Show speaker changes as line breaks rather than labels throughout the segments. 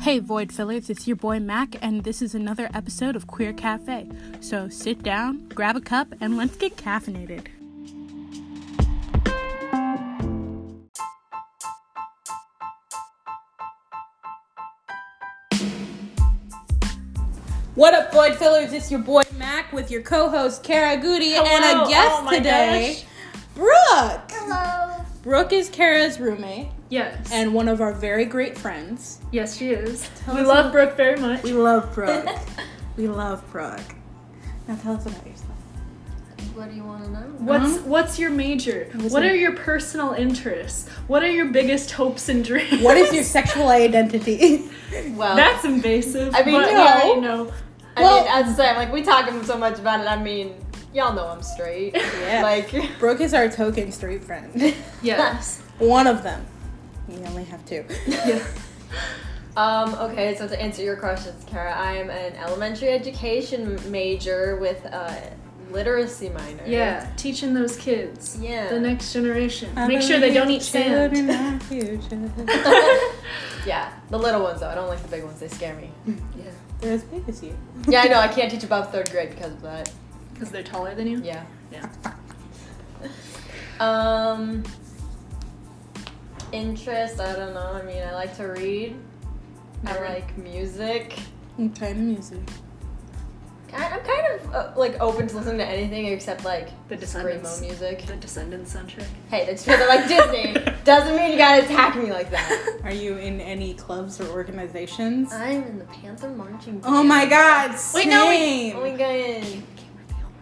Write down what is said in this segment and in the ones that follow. Hey, Void Fillers, it's your boy Mac, and this is another episode of Queer Cafe. So sit down, grab a cup, and let's get caffeinated. What up, Void Fillers? It's your boy Mac with your co host Kara Goody and
Hello.
a guest
Oh my
today, Brooke.
Hello.
Brooke is Kara's roommate
Yes.
and one of our very great friends.
yes, she is. we
us
love Brooke very much.
We love Brooke. we love Brooke. Now tell us about yourself.
What do you want to know?
What's what's your major?
was
What
in-
are your personal interests? What are your biggest hopes and dreams?
What is your sexual identity?
Well,
That's invasive.
I mean,
but
no.
yeah, you know.
I
well-
mean, as I say, like we talking so much about it. I mean, y'all know I'm straight.
Yeah.
Like,
Brooke is our token street friend.
Yes.
One of them. We only have two.
yeah.
um, okay. So to answer your questions, Kara, I am an elementary education major with a literacy minor.
Yeah. Teaching those kids.
Yeah.
The next generation. Make sure they don't eat sand.
Yeah. The little ones though. I don't like the big ones. They scare me.
Yeah.
They're as big as you.
yeah, I know. I can't teach above third grade because of that.
Because they're taller than you.
Yeah.
Yeah.
Um. Interest? I don't know. I mean, I like to read. I
Never-
like music.
What kind of music?
I, I'm kind of uh, like open to listening to anything except like
The
screamo
Descendants.
music.
The Descendants soundtrack.
Hey, that's true. They're like Disney. Doesn't mean you gotta attack me like that.
Are you in any clubs or organizations?
I'm in the Panther marching.
Oh my god,
Uh, Wait, no, wait.
same.
Oh my god.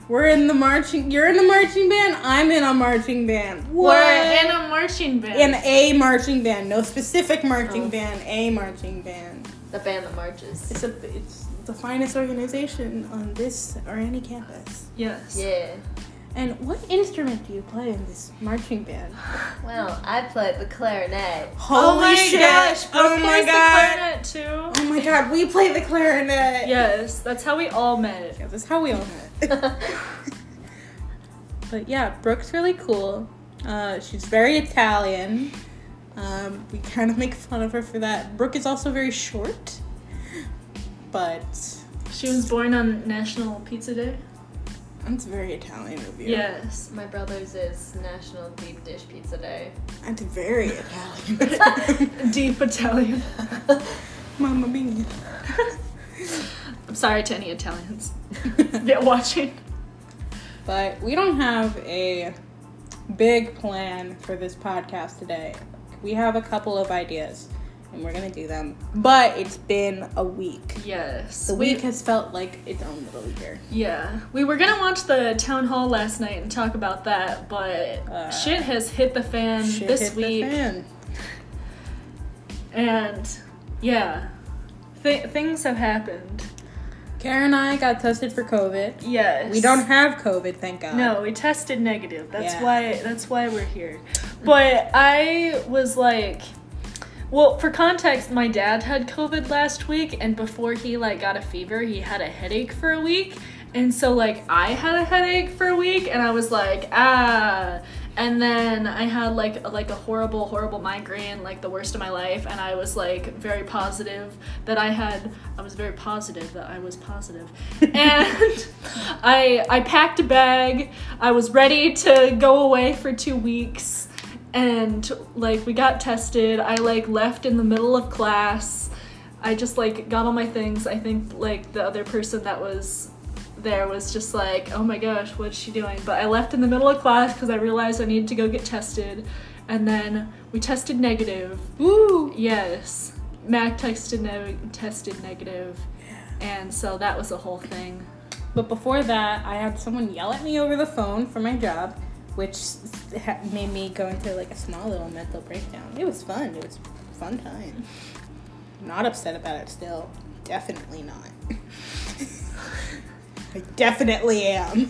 We're in the marching. You're in a marching band. I'm in a marching band. What?
We're in a marching band.
in a marching band, no specific marching
Oh.
band. A marching band.
The band that marches.
It's a. It's the finest organization on this or any campus.
yes.
Yeah.
And what instrument do you play in this marching band?
Well, I play the clarinet.
Oh my gosh. Brooke
Oh my
plays
god!
The clarinet too.
Oh my god! We play the clarinet.
Yes. That's how we all met.
Yeah, that's how we all met. but yeah, Brooke's really cool. Uh, she's very Italian. Um, we kind of make fun of her for that. Brooke is also very short, but
She was born on National Pizza Day.
That's very Italian of you.
Yes.
My brother's is National Deep Dish Pizza Day.
That's very Italian.
Deep Italian.
Mamma mia.
I'm sorry to any Italians that watching.
but we don't have a big plan for this podcast today. We have a couple of ideas and we're going to do them. But it's been a week.
Yes.
The
we,
week has felt like its own little year.
Yeah. We were gonna watch the town hall last night and talk about that, but
Uh,
shit has hit the fan
Shit
this
hit the
week.
fan.
And yeah. Th- things have happened.
Karen and I got tested for COVID.
Yes.
We don't have COVID, thank God.
No, we tested negative. That's
Yeah.
why that's why we're here. But I was like well, for context, my dad had COVID last week and before he like got a fever, he had a headache for a week. And so like I had a headache for a week and I was like, ah and then I had like a, like a horrible horrible migraine, like the worst of my life, and I was like very positive that I had I was very positive that I was positive. and I I packed a bag. I was ready to go away for 2 weeks and like we got tested. I like left in the middle of class. I just like got all my things. I think like the other person that was there was just like, oh my gosh, what's she doing? But I left in the middle of class because I realized I needed to go get tested. And then we tested negative.
Woo!
Yes. Mac texted ne- tested negative. And so that was a whole thing.
But before that, I had someone yell at me over the phone for my job, which s- ha- made me go into like a small little mental breakdown. It was fun. It was a fun time. Not upset about it still. Definitely not. I definitely am.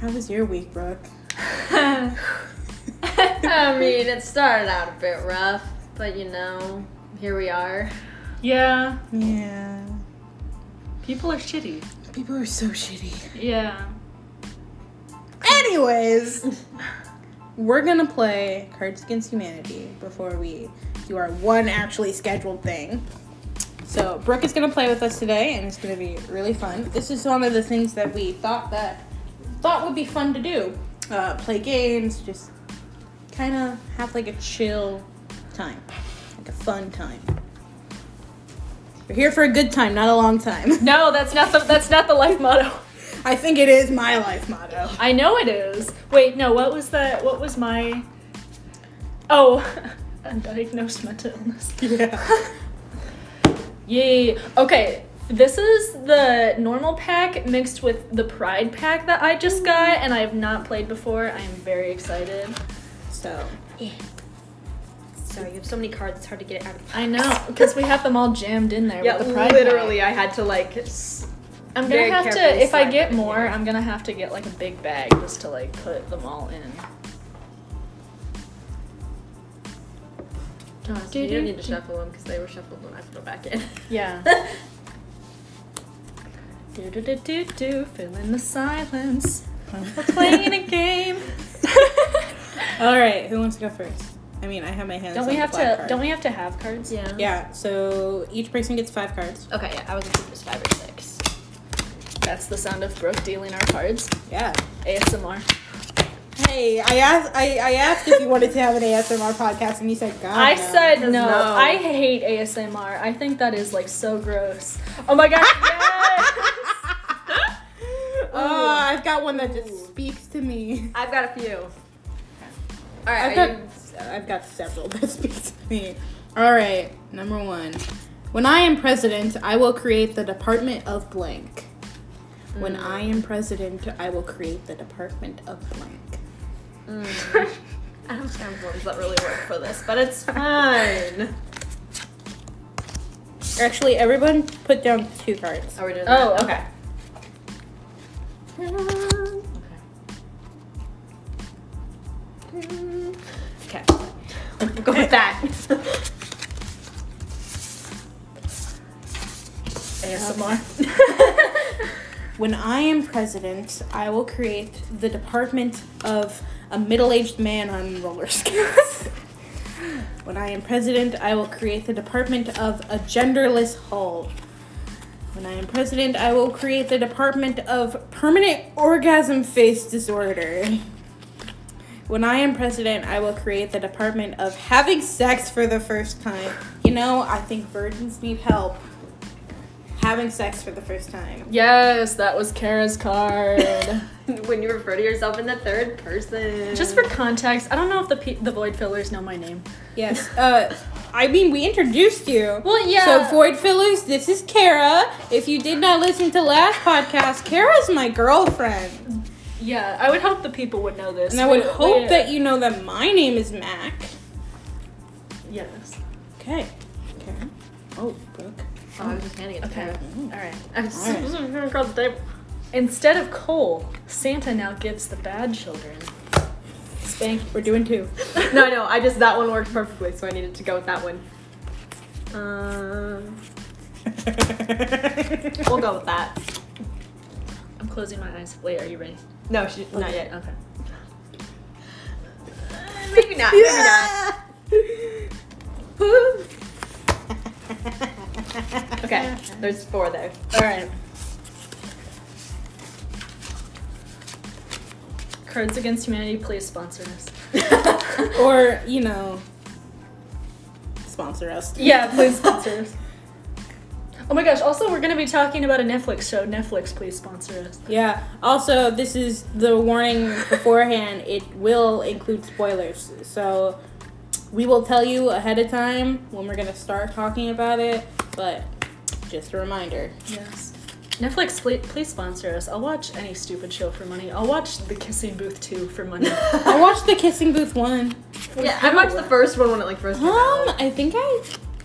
How was your week, Brooke?
I mean, it started out a bit rough, but you know, here we are.
yeah.
Yeah.
People are shitty.
People are so shitty.
Yeah.
Anyways, we're gonna play Cards Against Humanity before we You are one actually scheduled thing. So Brooke is gonna play with us today, and it's gonna be really fun. This is one of the things that we thought that thought would be fun to do: uh, play games, just kind of have like a chill time, like a fun time. We're here for a good time, not a long time.
No, that's not the that's not the life motto.
I think it is my life motto.
I know it is. Wait, no, what was that? What was my Oh, undiagnosed mental illness.
Yeah.
Yay. Okay, this is the normal pack mixed with the pride pack that I just got and I have not played before. I am very excited.
So
Sorry, you have so many cards, it's hard to get it out of the
I know because we have them all jammed in there.
Yeah,
with the pride
literally,
Pack.
I had to like. s-
I'm gonna
very
have
carefully
to if I
slide
get
them in
more,
here.
I'm gonna have to get like a big bag just to like put them all in.
You don't need to shuffle them because they were shuffled when I put them back in.
Yeah. do do do do do. Fill in the silence. We're playing a game.
All right, who wants to go first? I mean, I have my hands.
don't
on
we
the
have to?
black card.
Don't we have to have cards?
Yeah.
Yeah. So each person gets five cards.
Okay. Yeah, I was thinking it was five or six.
That's the sound of Brooke dealing our cards.
Yeah.
ASMR.
Hey, I asked. I, I asked if you wanted to have an ASMR podcast, and you said, "God."
I
no."
said no.
no.
I hate ASMR. I think that is like so gross. Oh my gosh. yes!
Oh, I've got one that just speaks to me.
I've got a few. All right.
I've
are
got,
you-
I've got several that speak to me. All right, number one. When I am president, I will create the department of blank. When I am president, I will create the department of blank.
I don't have words that really work for this, but it's fine.
Actually, everyone put down two cards.
Are we doing
Oh, okay.
Oh.
Okay. Go with that.
ASMR.
When I am president, I will create the department of a middle aged man on roller skates. when I am president, I will create the department of a genderless hall. When I am president, I will create the department of permanent orgasm face disorder. When I am president, I will create the department of having sex for the first time. You know, I think virgins need help having sex for the first time.
Yes, that was Kara's card.
when you refer to yourself in the third person.
Just for context, I don't know if the pe- the void fillers know my name.
Yes. Uh, I mean, we introduced you.
Well, yeah.
So, Void Fillers, this is Kara. If you did not listen to last podcast, Kara's my girlfriend.
yeah, I would hope the people would know this.
And I would
Wait,
hope
wait.
that you know that my name is Mac.
Yes.
Okay. Okay. Oh, Brooke.
Oh, I was just handing it to
Okay.
Tara.
All right. I'm just,
All right.
Instead of coal, Santa now gives the bad children spanking.
We're doing two.
No, no, I just that one worked perfectly, so I needed to go with that one. Um, we'll go with that.
I'm closing my eyes. Wait, are you ready?
No, she, not yet.
Okay. Uh,
Maybe not. Maybe not.
Yeah.
Okay, there's four there.
All right. Cards Against Humanity, please sponsor us.
Or, you know, sponsor us.
Yeah, please sponsor us. Oh my gosh, also, we're gonna be talking about a Netflix show. Netflix, please sponsor us.
Yeah. Also, this is the warning beforehand. It will include spoilers, so we will tell you ahead of time when we're gonna start talking about it. But just a reminder.
Yes. Netflix, please, please sponsor us. I'll watch any stupid show for money. I'll watch The Kissing Booth 2 for money.
I watched the Kissing Booth one.
Yeah, I watched the first one when it like first
Um,
came out.
I think I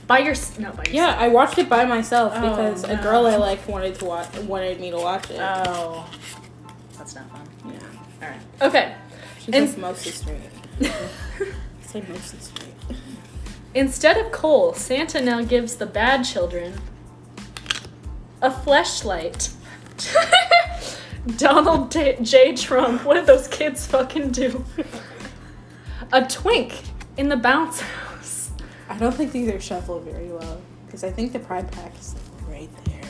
By your... s- No, by your
yeah I watched it by myself
Oh,
because a
no.
girl I liked wanted to watch wanted me to watch it.
s- Oh. That's not fun.
yeah.
All right. Okay.
She's
And-
like mostly straight. Say mostly straight.
Instead of coal, Santa now gives the bad children a fleshlight. Donald J-, J. Trump, what do those kids fucking do? A twink in the bounce house.
I don't think these are shuffled very well because I think the pride pack is like, right there.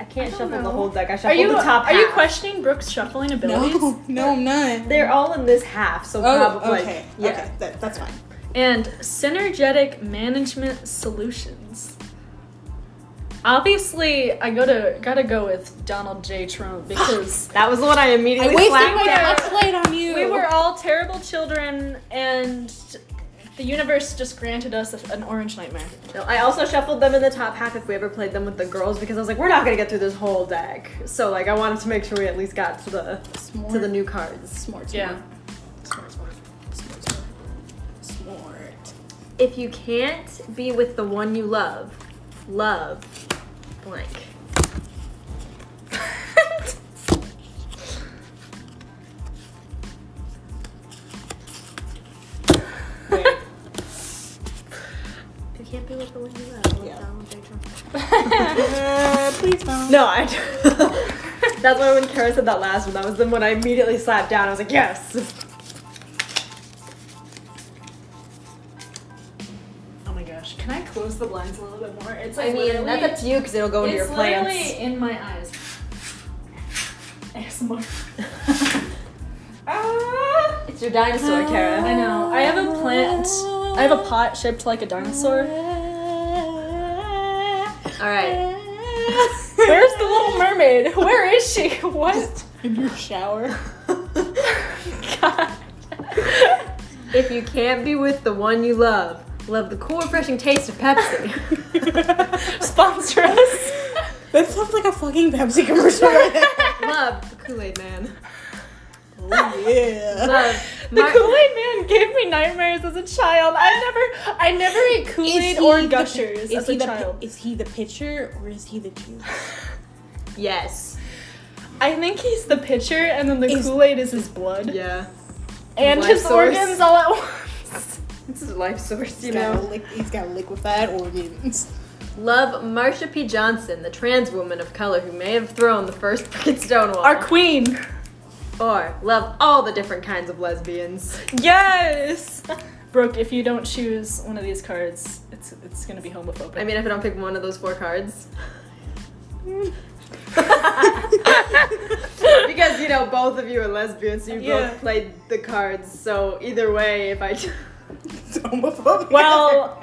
I can't
I don't
shuffle the
know.
whole deck. I
Are
shuffled
you
the top
are
half.
you questioning Brooke's shuffling abilities?
No, no, I'm not.
They're all in this half, so
oh,
probably.
okay,
Yeah.
okay, that, that's fine.
and synergetic management solutions. Obviously, I gotta gotta go with Donald J. Trump because
That was the one I
I
immediately
wasted
flagged
my
down.
flashlight on you.
we were all terrible children, and the universe just granted us an orange nightmare.
No, I also shuffled them in the top half if we ever played them with the girls because I was like, we're not gonna get through this whole deck. So like, I wanted to make sure we at least got to the
S'more.
to the new cards.
S'more, s'more.
Yeah.
S'more, s'more. S'more, s'more. S'more.
If you can't be with the one you love, love blank.
Wait,
If you can't be with the one you love, love
Yeah.
Donald J. Trump.
uh, please don't.
No, I. That's why when Kara said that last one, that was the one I immediately slapped down. I was like, yes.
Oh my gosh, can I close the blinds a little bit more? It's like
I mean, that's up to you because it'll go into
it's
your
literally
plants.
in my eyes. ASMR.
It's your dinosaur, Kara.
Ah! I know. I have a plant. I have a pot shaped like a dinosaur.
All right.
Where's the Little Mermaid? Where is she? What?
In your shower.
God.
If you can't be with the one you love, love the cool, refreshing taste of Pepsi.
Sponsor us.
That sounds like a fucking Pepsi commercial Oh, right there.
love the Kool Aid Man.
Oh, yeah.
Love
The
Mar-
Kool Aid Man gave me nightmares as a child. I never, I never ate Kool Aid or Gushers
is
as
he
a
the pi-
child.
Is he the pitcher or is he the juice?
Yes.
I think he's the pitcher, and then the
Is-
Kool Aid is his blood
Yeah.
and
life
his
source.
organs all at once.
This is a life source, you
He's got
know.
lick- he's got liquefied organs.
Love Marsha P. Johnson, the trans woman of color who may have thrown the first fucking stonewall.
Our queen.
or love all the different kinds of lesbians.
Yes. Brooke, if you don't choose one of these cards, it's it's gonna be homophobic.
I mean, if I don't pick one of those four cards. because, you know, both of you are lesbians, so you
Yeah.
both played the cards, so either way, if I.
It's homophobic.
well,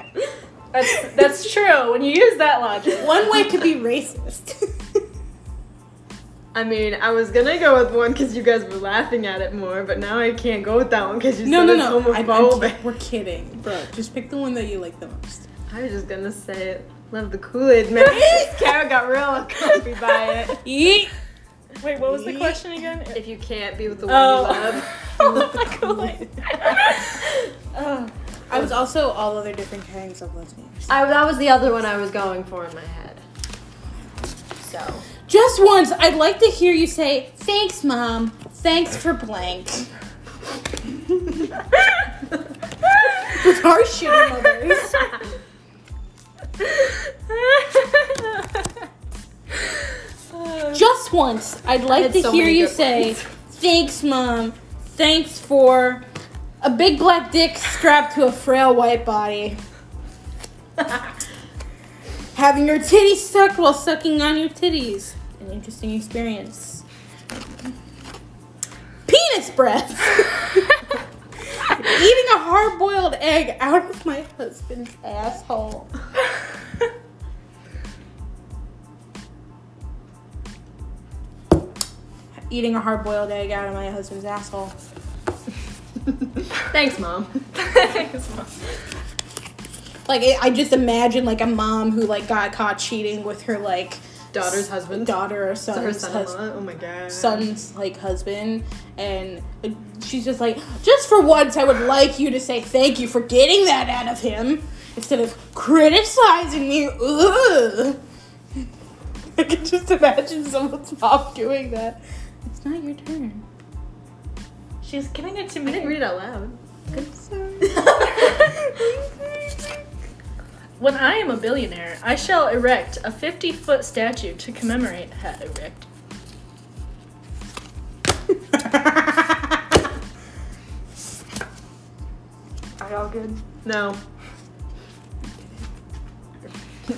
that's that's true. When you use that logic,
one way could be racist.
I mean, I was gonna go with one because you guys were laughing at it more, but now I can't go with that one because you
no,
said
no,
it's
no. I- I'm
homophobic.
kid- we're kidding, bro. Just pick the one that you like the most.
I was just gonna say it. Love the Kool Aid Man. Kara got real comfy by it.
Eat.
wait, what was the question again?
If you can't be with the one
Oh.
you
Oh
love,
my god. Ugh.
I was also all other different kinds of lesbians.
I, that was the other one I was going for in my head. So
Just once, I'd like to hear you say, "Thanks, mom. Thanks for blank." With our shitty mothers. Just once, I'd like
had
to
so
hear
many
you
good
say, "Thanks, mom. Thanks for a big black dick strapped to a frail white body." Having your titties sucked while sucking on your titties. An interesting experience. Penis breath. Eating a hard boiled egg out of my husband's asshole. Eating a hard boiled egg out of my husband's asshole.
thanks, mom.
Like, I I just imagine, like, a mom who, like, got caught cheating with her, like,
Daughter's husband.
daughter or
So her
son's husband.
son-in-law. Oh my god.
son's like husband and she's just like just for once i would like you to say thank you for getting that out of him instead of criticizing me Ugh. i can just imagine someone's mom doing that it's not your turn
She's giving it to
I
me.
didn't read it out loud.
I'm sorry.
When I am a billionaire, I shall erect a 50 foot statue to commemorate. Ha, erect.
No.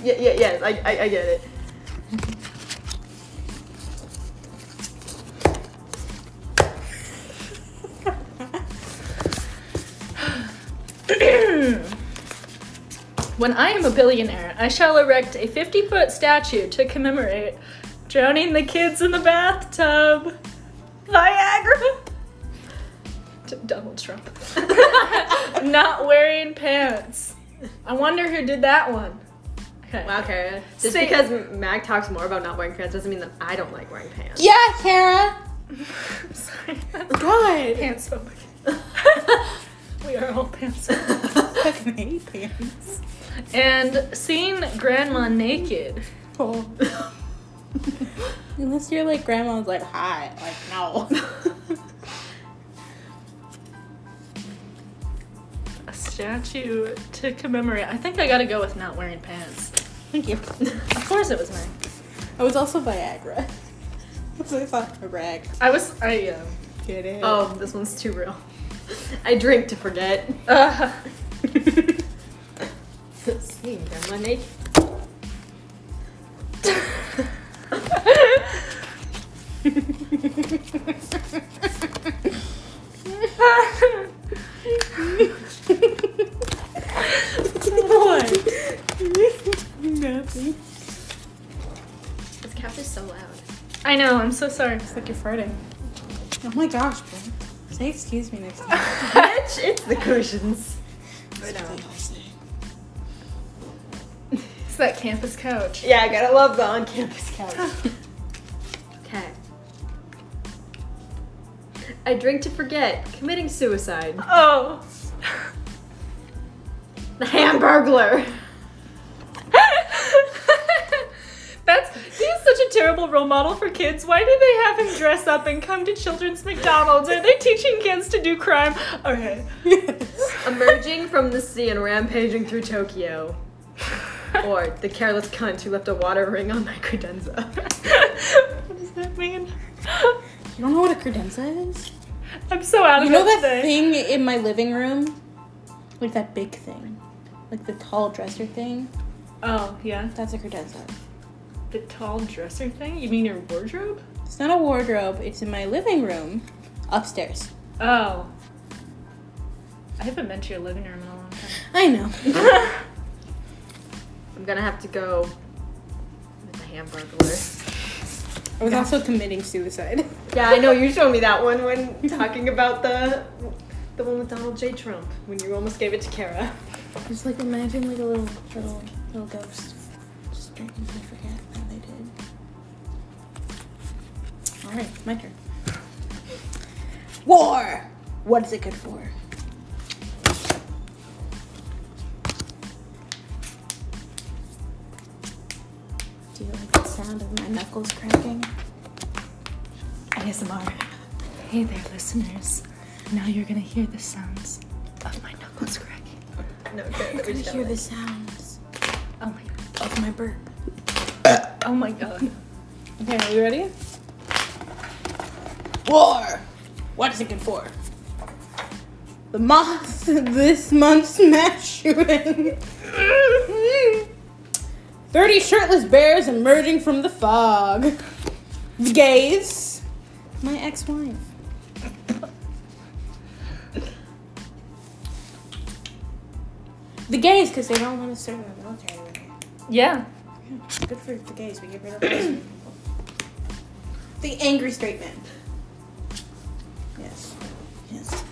yeah, yeah, yes, I, I, I get it.
When I am a billionaire, I shall erect a 50 foot statue to commemorate drowning the kids in the bathtub. Viagra! To Donald Trump. Not wearing pants. I wonder who did that one. Okay.
Wow, Kara. Just
Say-
because Mag talks more about not wearing pants doesn't mean that I don't like wearing pants.
Yeah, Kara.
I'm sorry.
God.
pants phobic. we are all pants
Fucking hate pants.
And seeing grandma naked.
Oh. Unless you're like grandma's like hot, like no.
A statue to commemorate. I think I gotta go with not wearing pants.
Thank you.
Of course it was me.
I was also Viagra. That's what I thought. A rag.
I was. I. Uh,
Get it?
Oh, this one's too real. I drink to forget.
uh,
See, grandma naked.
what? Nothing.
This couch is so loud.
I know. I'm so sorry.
It's like you're farting. Oh my gosh, bro. Say excuse me next time.
Bitch, it's the cushions.
It's that campus couch.
Yeah, I gotta love the on-campus couch. okay. I drink to forget committing suicide.
Oh.
The Hamburglar.
That's he's such a terrible role model for kids. Why do they have him dress up and come to children's McDonald's? Are they teaching kids to do crime? Okay.
Emerging from the sea and rampaging through Tokyo. Or the careless cunt who left a water ring on my credenza.
what does that mean?
You don't know what a credenza is?
I'm so out of
You know
it
that
today.
thing in my living room? Like that big thing. Like the tall dresser thing?
Oh yeah,
That's a credenza.
the tall dresser thing. You mean your wardrobe?
It's not a wardrobe, it's in my living room upstairs.
Oh. I haven't been to your living room in a long time.
I know.
I'm gonna have to go with the Hamburglar.
I was also committing suicide.
Yeah, I know you showed me that one when talking about the the one with Donald J. Trump when you almost gave it to Kara.
Just like imagine like a little little little ghost. Just drinking to forget how they did. Alright, my turn. War! What is it good for? Do you like the sound of my knuckles cracking?
ASMR. Hey there, listeners. Now you're gonna hear the sounds of my knuckles cracking.
No, Kara,
I hear the sounds
Oh my god.
of my burp.
Oh my god.
Okay, are you ready? War! What is it good for? The moth this month's smash shooting. 30 shirtless bears emerging from the fog. Gays. My ex wife. The gays, because they don't want to serve in the military. anymore.
Yeah.
Good for the gays. We get rid of those people. The angry straight men. Yes. Yes.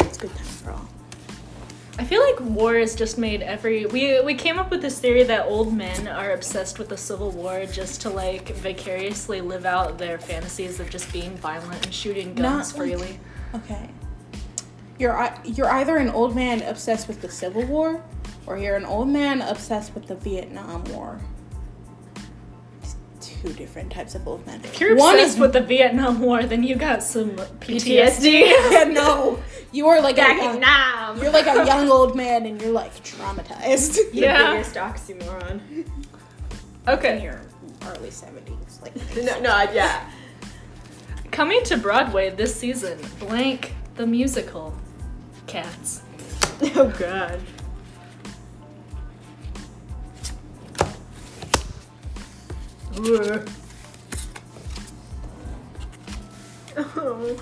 It's a good time for all.
I feel like war has just made every we we came up with this theory that old men are obsessed with the civil war just to like vicariously live out their fantasies of just being violent and shooting guns
Not like-
freely.
Okay. You're ei- you're either an old man obsessed with the Civil War, or you're an old man obsessed with the Vietnam War. It's two different types of old men.
If you're
One
obsessed
is
with the Vietnam War, then you got some PTSD.
yeah, no. You are like a young,
Vietnam.
you're like a young old man, and you're like traumatized.
Yeah.
The biggest oxymoron.
In
Okay.
your early seventies, like
No, no, I- yeah.
Coming to Broadway this season, blank the musical, Cats.
Oh god. Oh,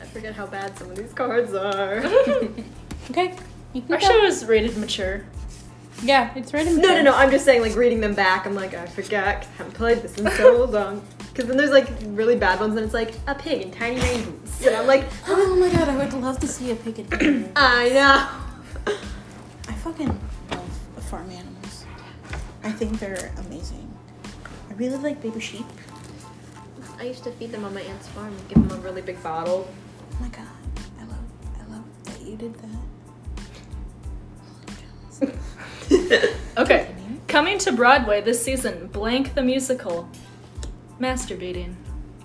I forget how bad some of these cards are.
Okay. You can
Our
go.
show is rated mature.
Yeah, it's right in
No, no, no. I'm just saying, like reading them back. I'm like, I forgot. 'cause I haven't played this in so long. Because then there's like really bad ones, and it's like a pig in tiny rain boots, and I'm like,
Oh my god, I would love to see a pig at dinner.
I know.
I fucking love farm animals. I think they're amazing. I really like baby sheep.
I used to feed them on my aunt's farm. Give them a really big bottle.
Oh my god, I love, I love that you did that.
Okay. Coming to Broadway this season, Blank the Musical. Masturbating.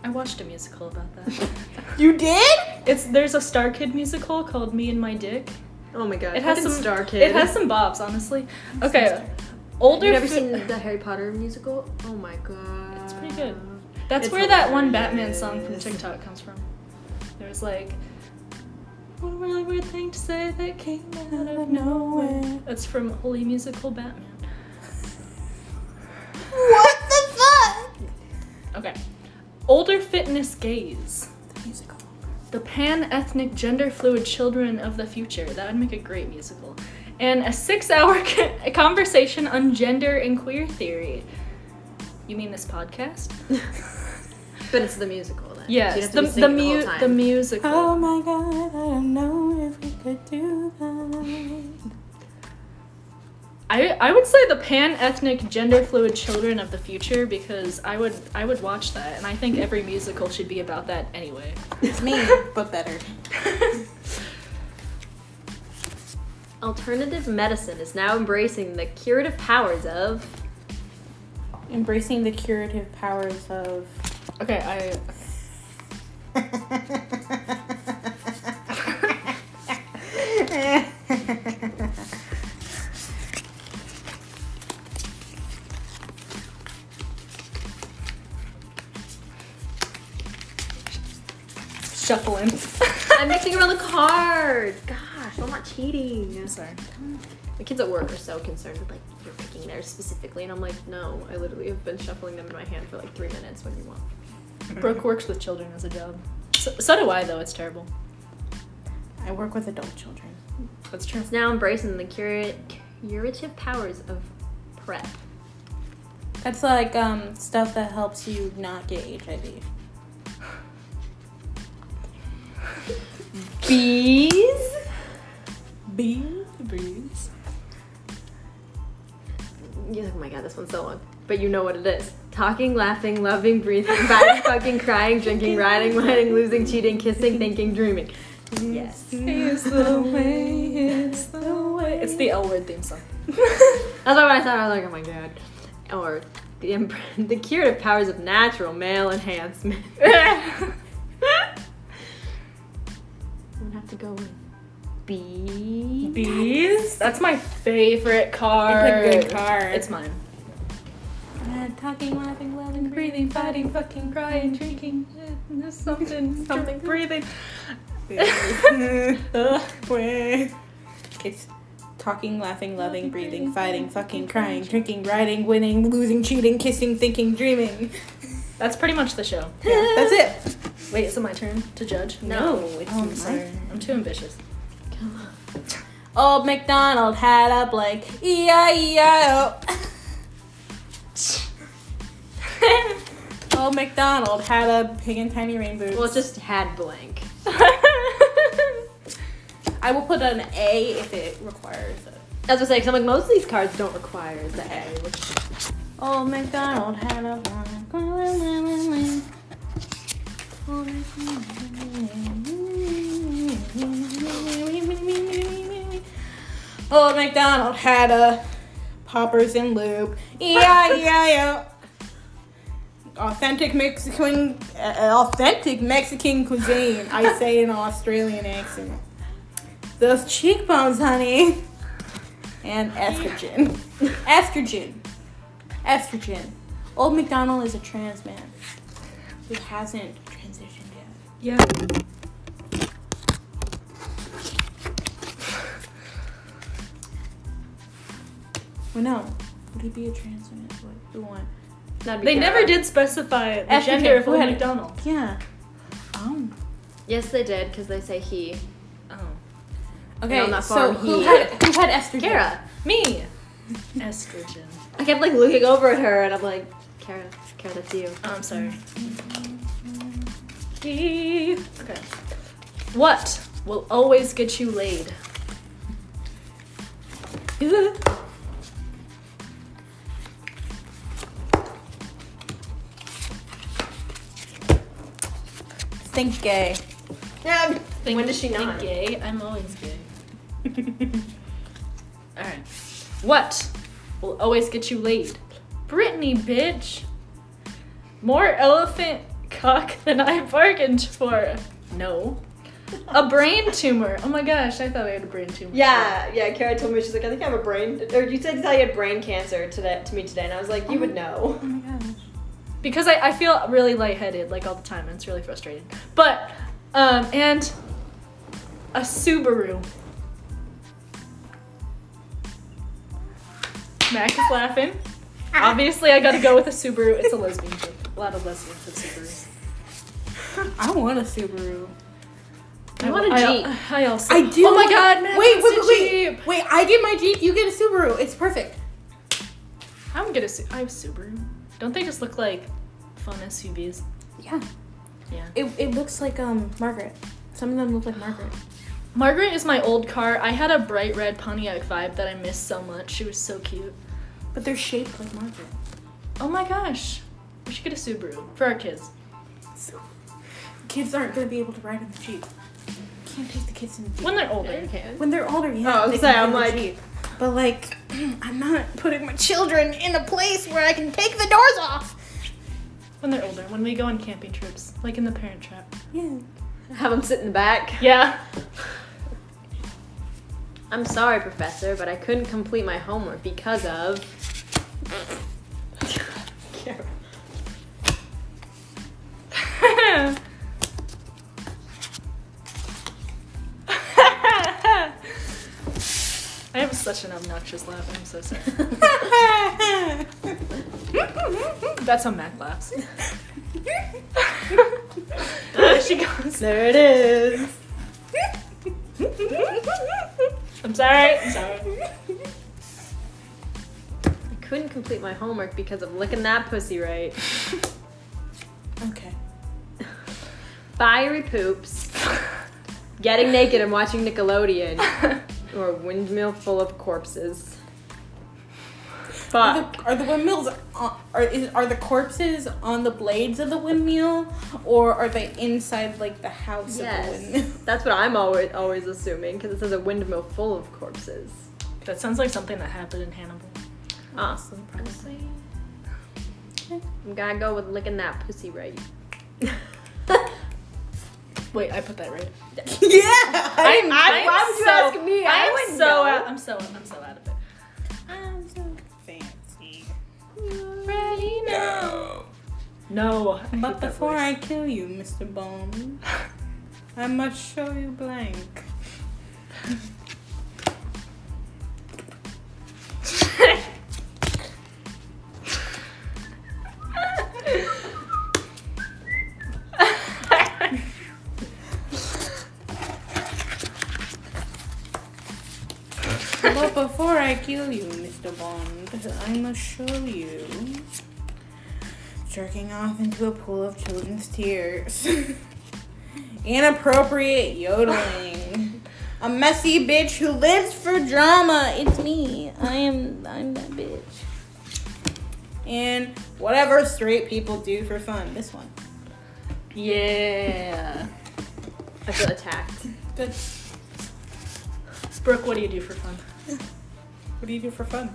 I watched a musical about that.
You did?
it's there's a Star Kid musical called Me and My Dick.
Oh my god.
It has
fucking
some
Star Kid.
It has some bops, honestly. Okay. Older
You've never
fi-
seen the Harry Potter musical? Oh my god.
It's pretty good. That's
It's
where that one Batman
hilarious.
song from TikTok comes from. There was like one really weird thing to say that came out of nowhere. That's from Holy Musical Batman.
What the fuck?
Okay. Older fitness gaze.
The musical.
The pan ethnic gender fluid children of the future. That would make a great musical. And a six hour conversation on gender and queer theory. You mean this podcast?
But it's the musical then. So
Yes,
you'd have to
the,
be
the,
singing
mu-
whole time.
the musical.
Oh my god, I don't know if we could do that.
I, I would say the pan ethnic gender fluid children of the future because I would I would watch that and I think every musical should be about that anyway.
It's me, but better.
Alternative medicine is now embracing the curative powers of
Embracing the curative powers of.
okay, I shuffle in.
I'm mixing around the cards.
Gosh, so much cheating.
I'm sorry.
The kids at work are so concerned with like you're picking theirs specifically, and I'm like, no, I literally have been shuffling them in my hand for like three minutes. When you want,
Brooke works with children as a job. So, so do I though, it's terrible.
I work with adult children.
That's true.
it's now embracing the cura- curative powers of prep.
That's like um, stuff that helps you not get HIV.
Bees?
Bees?
Bees.
You're like, oh my god, this one's so long. But you know what it is. Talking, laughing, loving, breathing, biting, fucking, crying, drinking, riding, whining, losing, cheating, kissing, thinking, dreaming. Yes.
It's the way, it's the way. It's the L word theme song.
That's what I thought. I was like, oh my god. Or the, imp- the curative powers of natural male enhancement. I'm gonna have to go with B.
Bees? That's my favorite card.
It's a good card.
It's mine.
Uh, talking, laughing, loving,
Breathing, fighting, fucking, crying, drinking, uh, something, something, breathing.
it's talking, laughing, loving, breathing, fighting, fucking, crying, drinking, riding, winning, losing, cheating, kissing, thinking, dreaming.
That's pretty much the show.
Yeah, that's it.
Wait, is it my turn to judge?
it's
Oh, I'm
my
sorry.
turn.
I'm too ambitious.
Old MacDonald had up like E I E I O. Old MacDonald had a pig in tiny rain boots.
Well, it just had blank.
I will put an A if it requires it.
That's what I say, because I'm like, most of these cards don't require the A, which
Old MacDonald had a Old MacDonald had a poppers and lube. E Yeah, yeah, yeah. Authentic Mexican, uh, authentic Mexican cuisine. I say in an Australian accent. Those cheekbones, honey, and estrogen. Estrogen. Estrogen. Old McDonald is a trans man who hasn't transitioned yet.
Yeah.
Well, no. Would he be a trans man? What do you want?
That'd be
They
terrible.
never did specify the
African
gender of
food.
Old McDonald.
Yeah. Um.
Yes, they did because they say he.
Oh.
Okay.
on that
so
farm,
who
he-
had who had estrogen?
Kara.
Me! Estrogen.
I kept like looking over at her and I'm like, Kara, Kara, that's you.
Oh, I'm sorry. Okay. What will always get you laid?
Think gay.
Yeah.
Think,
When does she
think
not?
gay? I'm always gay.
Oh
Alright. What will always get you laid? Brittany, bitch! More elephant cock than I bargained for. No. A brain tumor. Oh my gosh, I thought I had a brain tumor.
Yeah, yeah. Kara told me she's like, I think I have a brain. Or you said you thought you had brain cancer to that to me today, and I was like, you would know.
Oh my gosh.
because I, I feel really lightheaded like all the time and it's really frustrating. But um and a Subaru. Mac is laughing.
Ah.
Obviously I gotta go with a Subaru. It's a lesbian joke. A lot of lesbians have Subarus.
I want a Subaru.
I want a
a
Jeep.
I also
I do.
Oh my
want-
god, Mac
Wait, wait,
wants a
wait, wait.
Jeep.
Wait, I get my Jeep, you get a Subaru. It's perfect.
I'm gonna Su- I have Subaru. Don't they just look like fun SUVs?
Yeah.
Yeah.
It, it looks like um Margaret. Some of them look like Margaret.
Margaret is my old car. I had a bright red Pontiac vibe that I miss so much. She was so cute.
But they're shaped like Margaret.
Oh my gosh. We should get a Subaru for our kids.
Kids aren't gonna be able to ride in the Jeep. Can't take the kids in the Jeep.
When they're older.
When they're older,
Oh, I
yeah.
was gonna say,
they can
I'm
play the
like-
Jeep. but like, I'm not putting my children in a place where I can take the doors off.
When they're older. When we go on camping trips. Like in the parent trap.
Yeah.
Have him sit in the back.
Yeah.
I'm sorry, Professor, but I couldn't complete my homework because of.
Kara.
I have such an obnoxious laugh. I'm so sorry. That's how Mac laughs. There she goes.
There it is.
I'm sorry. I'm sorry.
I couldn't complete my homework because of licking that pussy right.
okay.
Fiery poops. Getting naked and watching Nickelodeon. or a windmill full of corpses.
Are
Fuck.
the, are the windmills on, are is, are the corpses on the blades of the windmill, or are they inside like the house of
Yes.
the windmill?
That's what I'm always always assuming because it says a windmill full of corpses.
That sounds like something that happened in Hannibal.
Awesome. I'm gonna go with licking that pussy right.
Wait, I put that right.
yeah.
I'm, I'm
why would you
so-
ask me? I
I'm
would
so
know.
out. I'm so I'm so out of it.
I'm so fancy.
Ready now. No. I hate
But
that
before
voice.
I kill you, Mr. Bone, I must show you blank. But before I kill you, Mr. Bond, I must show you jerking off into a pool of children's tears, inappropriate yodeling, a messy bitch who lives for drama. It's me. I am. I'm that bitch. And whatever straight people do for fun. This one.
yeah.
I feel attacked.
Good.
Brooke, what do you do for fun?
What do you do for fun?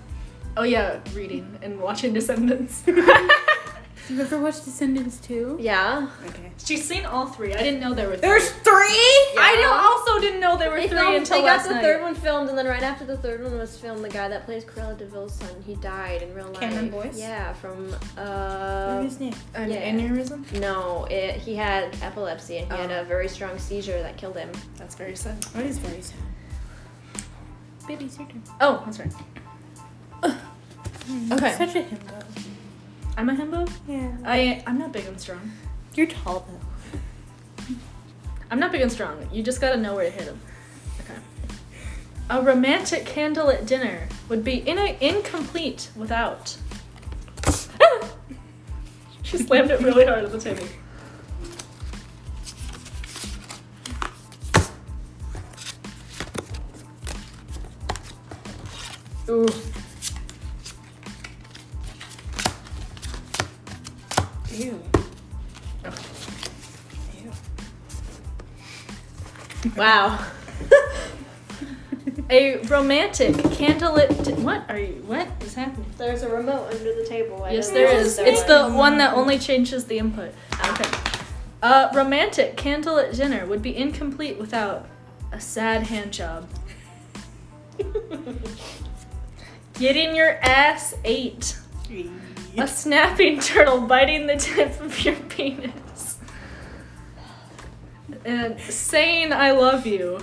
Oh yeah, reading and watching Descendants.
You ever watch Descendants too?
Yeah.
Okay.
She's seen all three. I didn't know there were. Three.
There's three.
I didn't- also didn't know there were
They,
three
filmed,
until
they got
last
the
night.
third one filmed, and then right after the third one was filmed, the guy that plays Cruella Deville's son, he died in real life.
Cameron Boyce?
Yeah, from
What
uh,
is his name?
An
Yeah.
aneurysm.
no, it, he had epilepsy and he had
Oh.
a very strong seizure that killed him.
That's very sad.
That is very sad. Baby, it's your turn.
Oh, that's right. Okay.
Such a Hmm, himbo.
I'm a himbo.
Yeah.
I I'm not big and strong.
You're tall though.
I'm not big and strong. You just gotta know where to hit them. Okay. A romantic candle at dinner would be in incomplete without. she slammed it really hard at the table.
Ooh.
Ew.
Wow.
A romantic candlelit. Di- what are you? What is happening?
There's a remote under the table. I
yes,
don't
there
know
is.
if
It's
there
the one that only changes the input. Okay. A romantic candlelit dinner would be incomplete without a sad hand job. Getting your ass ate. A snapping turtle biting the tip of your penis. And saying I love you.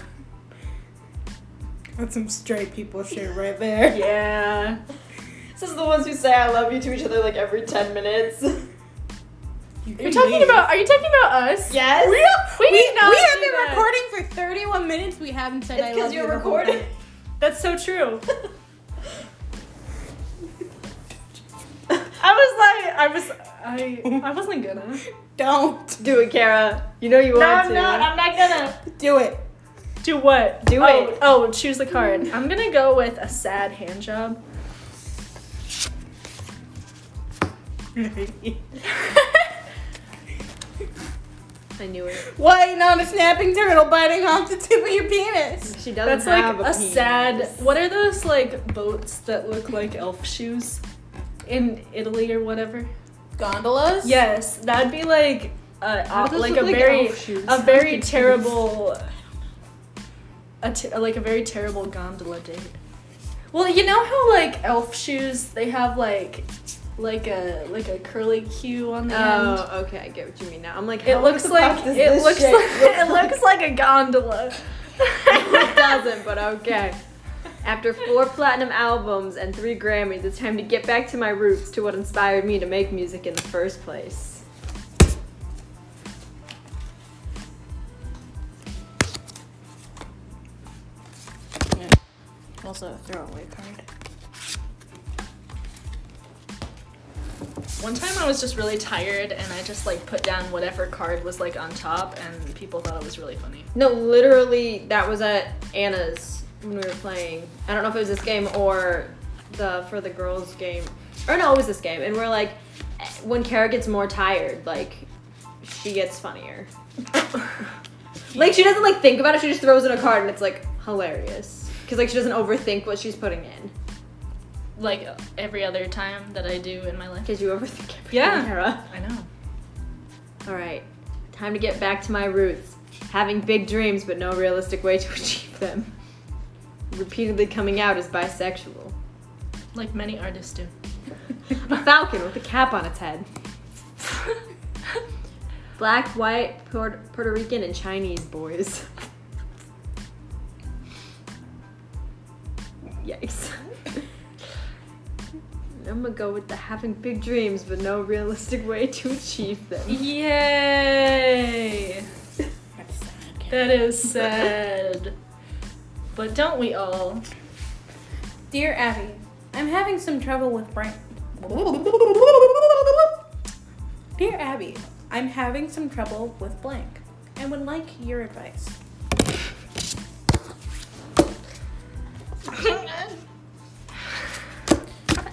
That's some straight people shit right there.
Yeah.
This is the ones who say I love you to each other like every 10 minutes.
You
You're talking about are you talking about us?
yes.
We, don't-
We
we,
did not
we
do
have been
that.
recording for 31 minutes. We haven't said I
It's
love
because
you.
you're
the whole
recording.
time.
That's so true. I was like I was I I wasn't gonna.
Don't
Do it, Kara. You know you want to.
I'm not gonna.
do it.
Do what?
Do
oh,
it.
Oh, choose the card.
Hmm.
I'm gonna go with a sad hand job.
I knew it.
Why not a snapping turtle biting off the tip of your penis?
She doesn't
That's like
have
a,
a, penis.
sad. What are those like boats that look like elf shoes in Italy or whatever?
Gondolas?
Yes, that'd be like a
How does
like
it
a
look like
very
elf shoes?
a very terrible a t- like a very terrible gondola date. Well, you know how like elf shoes they have like like a like a curly cue on the end.
Oh, okay. I get what you mean now. I'm like,
It
how
looks
the
like
fuck does
it
this
looks
shit
like
look
it looks like a gondola.
it doesn't, but okay. After four platinum albums and three Grammys, it's time to get back to my roots to what inspired me to make music in the first place.
Also a throwaway card.
One time I was just really tired and I just like put down whatever card was like on top and people thought it was really funny.
No, literally, that was at Anna's when we were playing. I don't know if it was this game or the for the girls game, or no, it was this game. And we're like, when Kara gets more tired, like she gets funnier. like she doesn't like think about it. She just throws in a card, and it's like hilarious because like she doesn't overthink what she's putting in.
Like every other time that I do in my life.
Because you overthink everything,
Yeah.
Kara.
I know.
All right, time to get back to my roots. Having big dreams, but no realistic way to achieve them. Repeatedly coming out as bisexual.
Like many artists do.
A falcon with a cap on its head. Black, white, Puerto, Puerto Rican, and Chinese boys. Yikes. I'm gonna go with the having big dreams, but no realistic way to achieve them.
Yay!
That's sad.
That is sad. but don't we all?
Dear Abby, I'm having some trouble with brain. Dear Abby, I'm having some trouble with blank and would like your advice.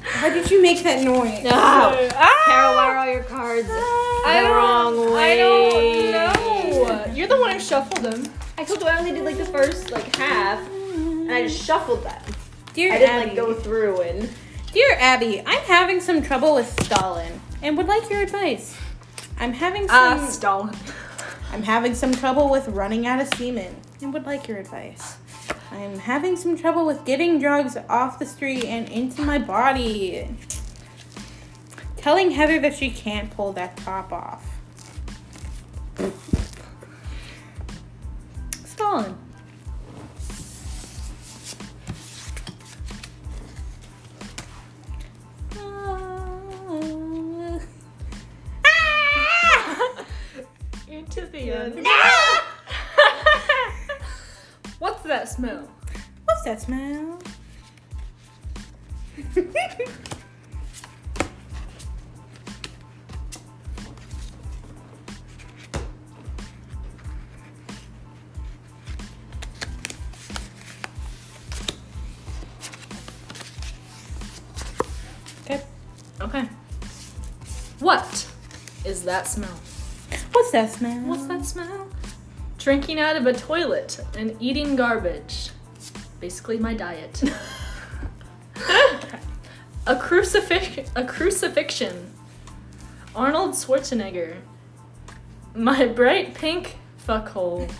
How did you make that noise?
No! Carol,
Ah!
why are all your cards the wrong way?
You're the one who shuffled them.
I told you I only did like the first like half, and I just shuffled them.
Dear
I didn't
Abby,
like go through and.
Dear Abby, I'm having some trouble with Stalin and would like your advice. I'm having some
Ah, Stalin.
I'm having some trouble with running out of semen and would like your advice. I'm having some trouble with getting drugs off the street and into my body. Telling Heather that she can't pull that top off.
Stalin.
Uh, Ah!
smell?
What's that smell? Okay.
Okay. What is that smell?
What's that smell?
What's that smell? Drinking out of a toilet and eating garbage. Basically, my diet. a crucifix, a crucifixion. Arnold Schwarzenegger. My bright pink fuckhole.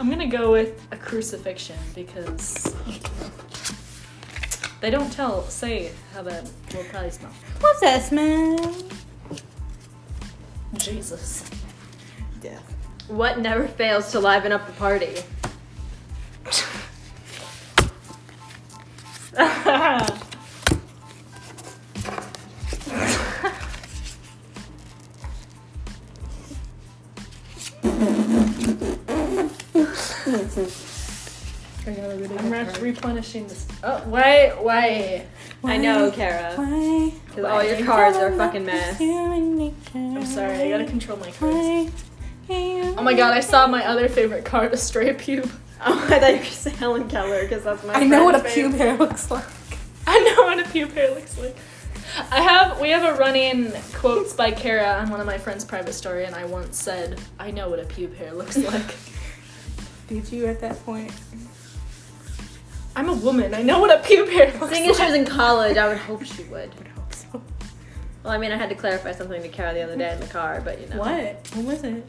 I'm gonna go with a crucifixion because they don't tell say how that will probably smell.
What's that smell?
Jesus.
Death.
What never fails to liven up the party?
I'm not replenishing this. Oh, why? Why?
I know, Kara.
Why?
Because all your cards are a fucking Oh, mess.
I'm
I'm sorry, I gotta control my cards.
Why?
Oh my god, I saw my other favorite card, a stray pube.
Oh, I thought you were saying Helen Keller because that's my.
I know what a
friend's
pube hair looks like.
I know what a pube hair looks like. I have we have a running quotes by Kara on one of my friend's private story, and I once said, "I know what a pube hair looks like."
Did you at that point?
I'm a woman. I know what a pube hair looks
favorite. Seeing as she
like.
was in college, I would hope she would.
I hope so.
Well, I mean, I had to clarify something to Kara the other day in the car, but you know.
What? What was it?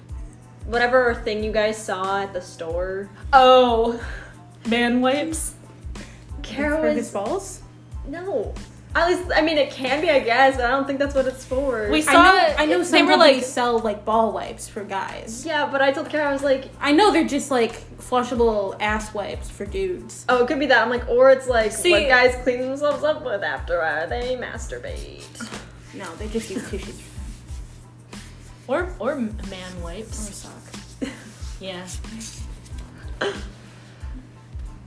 Whatever thing you guys saw at the store.
Oh, man wipes.
Kara
For his
was.
balls?
No. At least, I mean, it can be, I guess, but I don't think that's what it's for.
We
I
saw.
know. I know
it-
some
they were
companies
like.
sell like ball wipes for guys.
Yeah, but I told Kara, I was like,
I know they're just like flushable ass wipes for dudes.
oh, it could be that. I'm like, or it's like
See-
what guys clean themselves up with after uh, they masturbate.
No, they just use tissues for
Or or man wipes.
sock.
Yeah.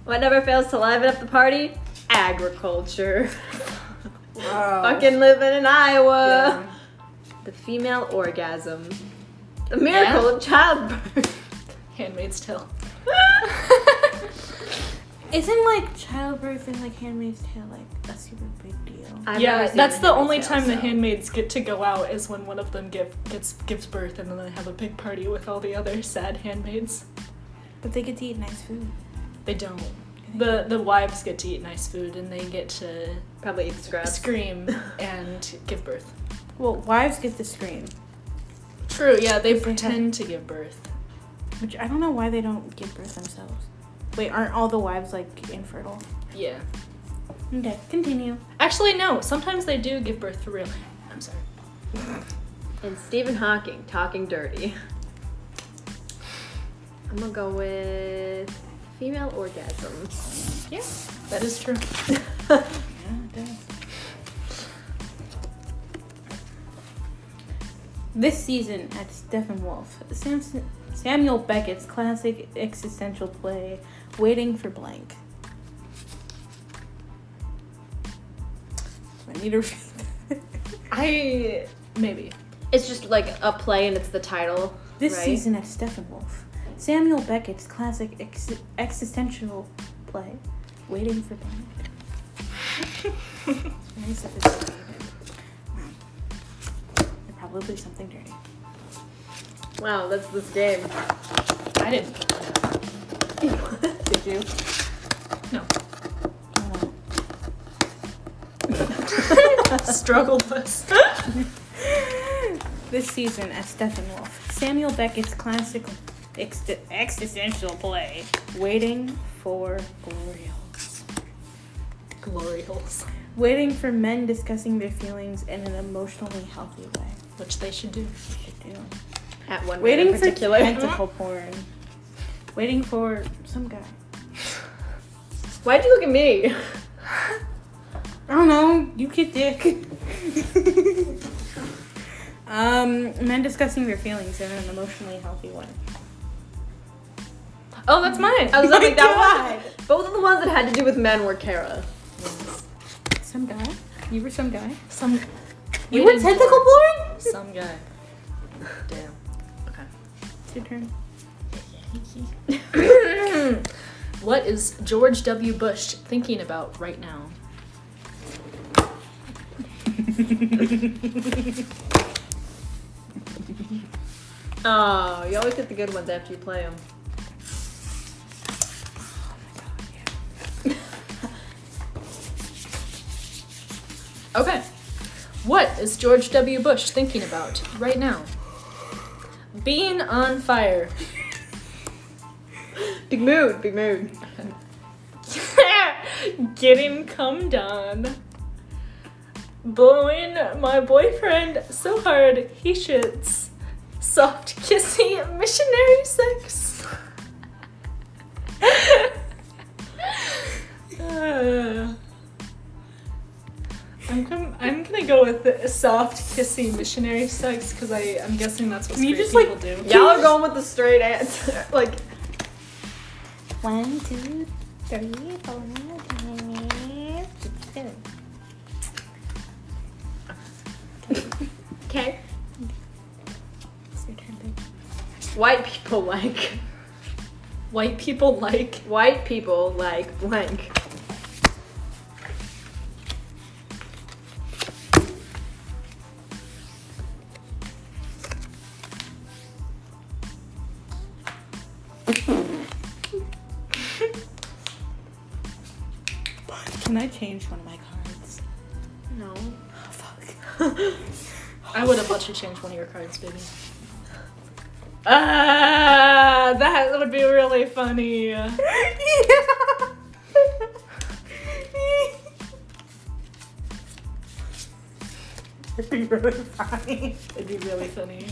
What never fails to liven up the party? Agriculture.
Wow.
Fucking living in Iowa. The female orgasm. The miracle of childbirth.
Handmaid's Tale.
Isn't like childbirth in like Handmaid's Tale like a super big deal?
I've never
yeah,
seen
that's
a
the
handmaid's
only
tale,
time the
so.
handmaids get to go out is when one of them give, gets gives birth, and then they have a big party with all the other sad handmaids.
But they get to eat nice food.
They don't. The the wives get to eat nice food, and they get to
Probably eats scraps.
scream and give birth.
Well, wives get to scream,
True. Yeah, they pretend to give birth.
which I don't know why they don't give birth themselves. Wait, aren't all the wives like infertile?
Yeah.
Okay, continue.
Actually, no. Sometimes they do give birth for real. I'm sorry.
And Stephen Hawking talking dirty. I'm gonna go with female orgasm.
Yeah, that is true.
This season at Steppenwolf, Samson, Samuel Beckett's classic existential play, Waiting for Blank. I need to read that.
I maybe.
It's just like a play and it's the title.
This
Right.
season at Steppenwolf, Samuel Beckett's classic ex- existential play, Waiting for Blank. It's very sophisticated. Wow. And Probably something dirty.
Wow, that's this game.
I didn't.
Did you?
No.
Oh,
Struggle bus.
no. This season at Steppenwolf, Samuel Beckett's classic ex- existential play, Waiting for Glorials.
Glory holes,
Waiting for men discussing their feelings in an emotionally healthy way.
which they should do.
Good deal.
At one
Waiting
in particular.
for tentacle porn. Waiting for some guy.
Why'd you look at me?
I don't know. You kid dick. um, men discussing their feelings in an emotionally healthy way.
Oh, that's mine. I was like, that one. Both of the ones that had to do with men were Kara.
Some guy? You were some guy?
Some.
You were tentacle born?
Some guy. Damn.
It's your turn.
What is George W. Bush thinking about right now?
Oh, you always get the good ones after you play them.
Okay. What is George W. Bush thinking about right now? Being on fire.
Big mood, big mood.
Getting cummed on. Blowing my boyfriend so hard he shits. Soft kissy missionary sex. Uh, I'm, com- I'm gonna go with the soft kissy missionary sex because I'm guessing that's what
Can you
straight
just, like,
people do.
Y'all are going with the straight answer. Like,
One, two, three, four, five, six, seven.
okay.
It's your turn, babe.
White people like.
White people like
White people like blank.
Can I change one of my cards?
No.
Oh, fuck.
I would have let you change one of your cards, baby.
Ah,
That would be really funny.
It'd be really funny.
It'd be really funny.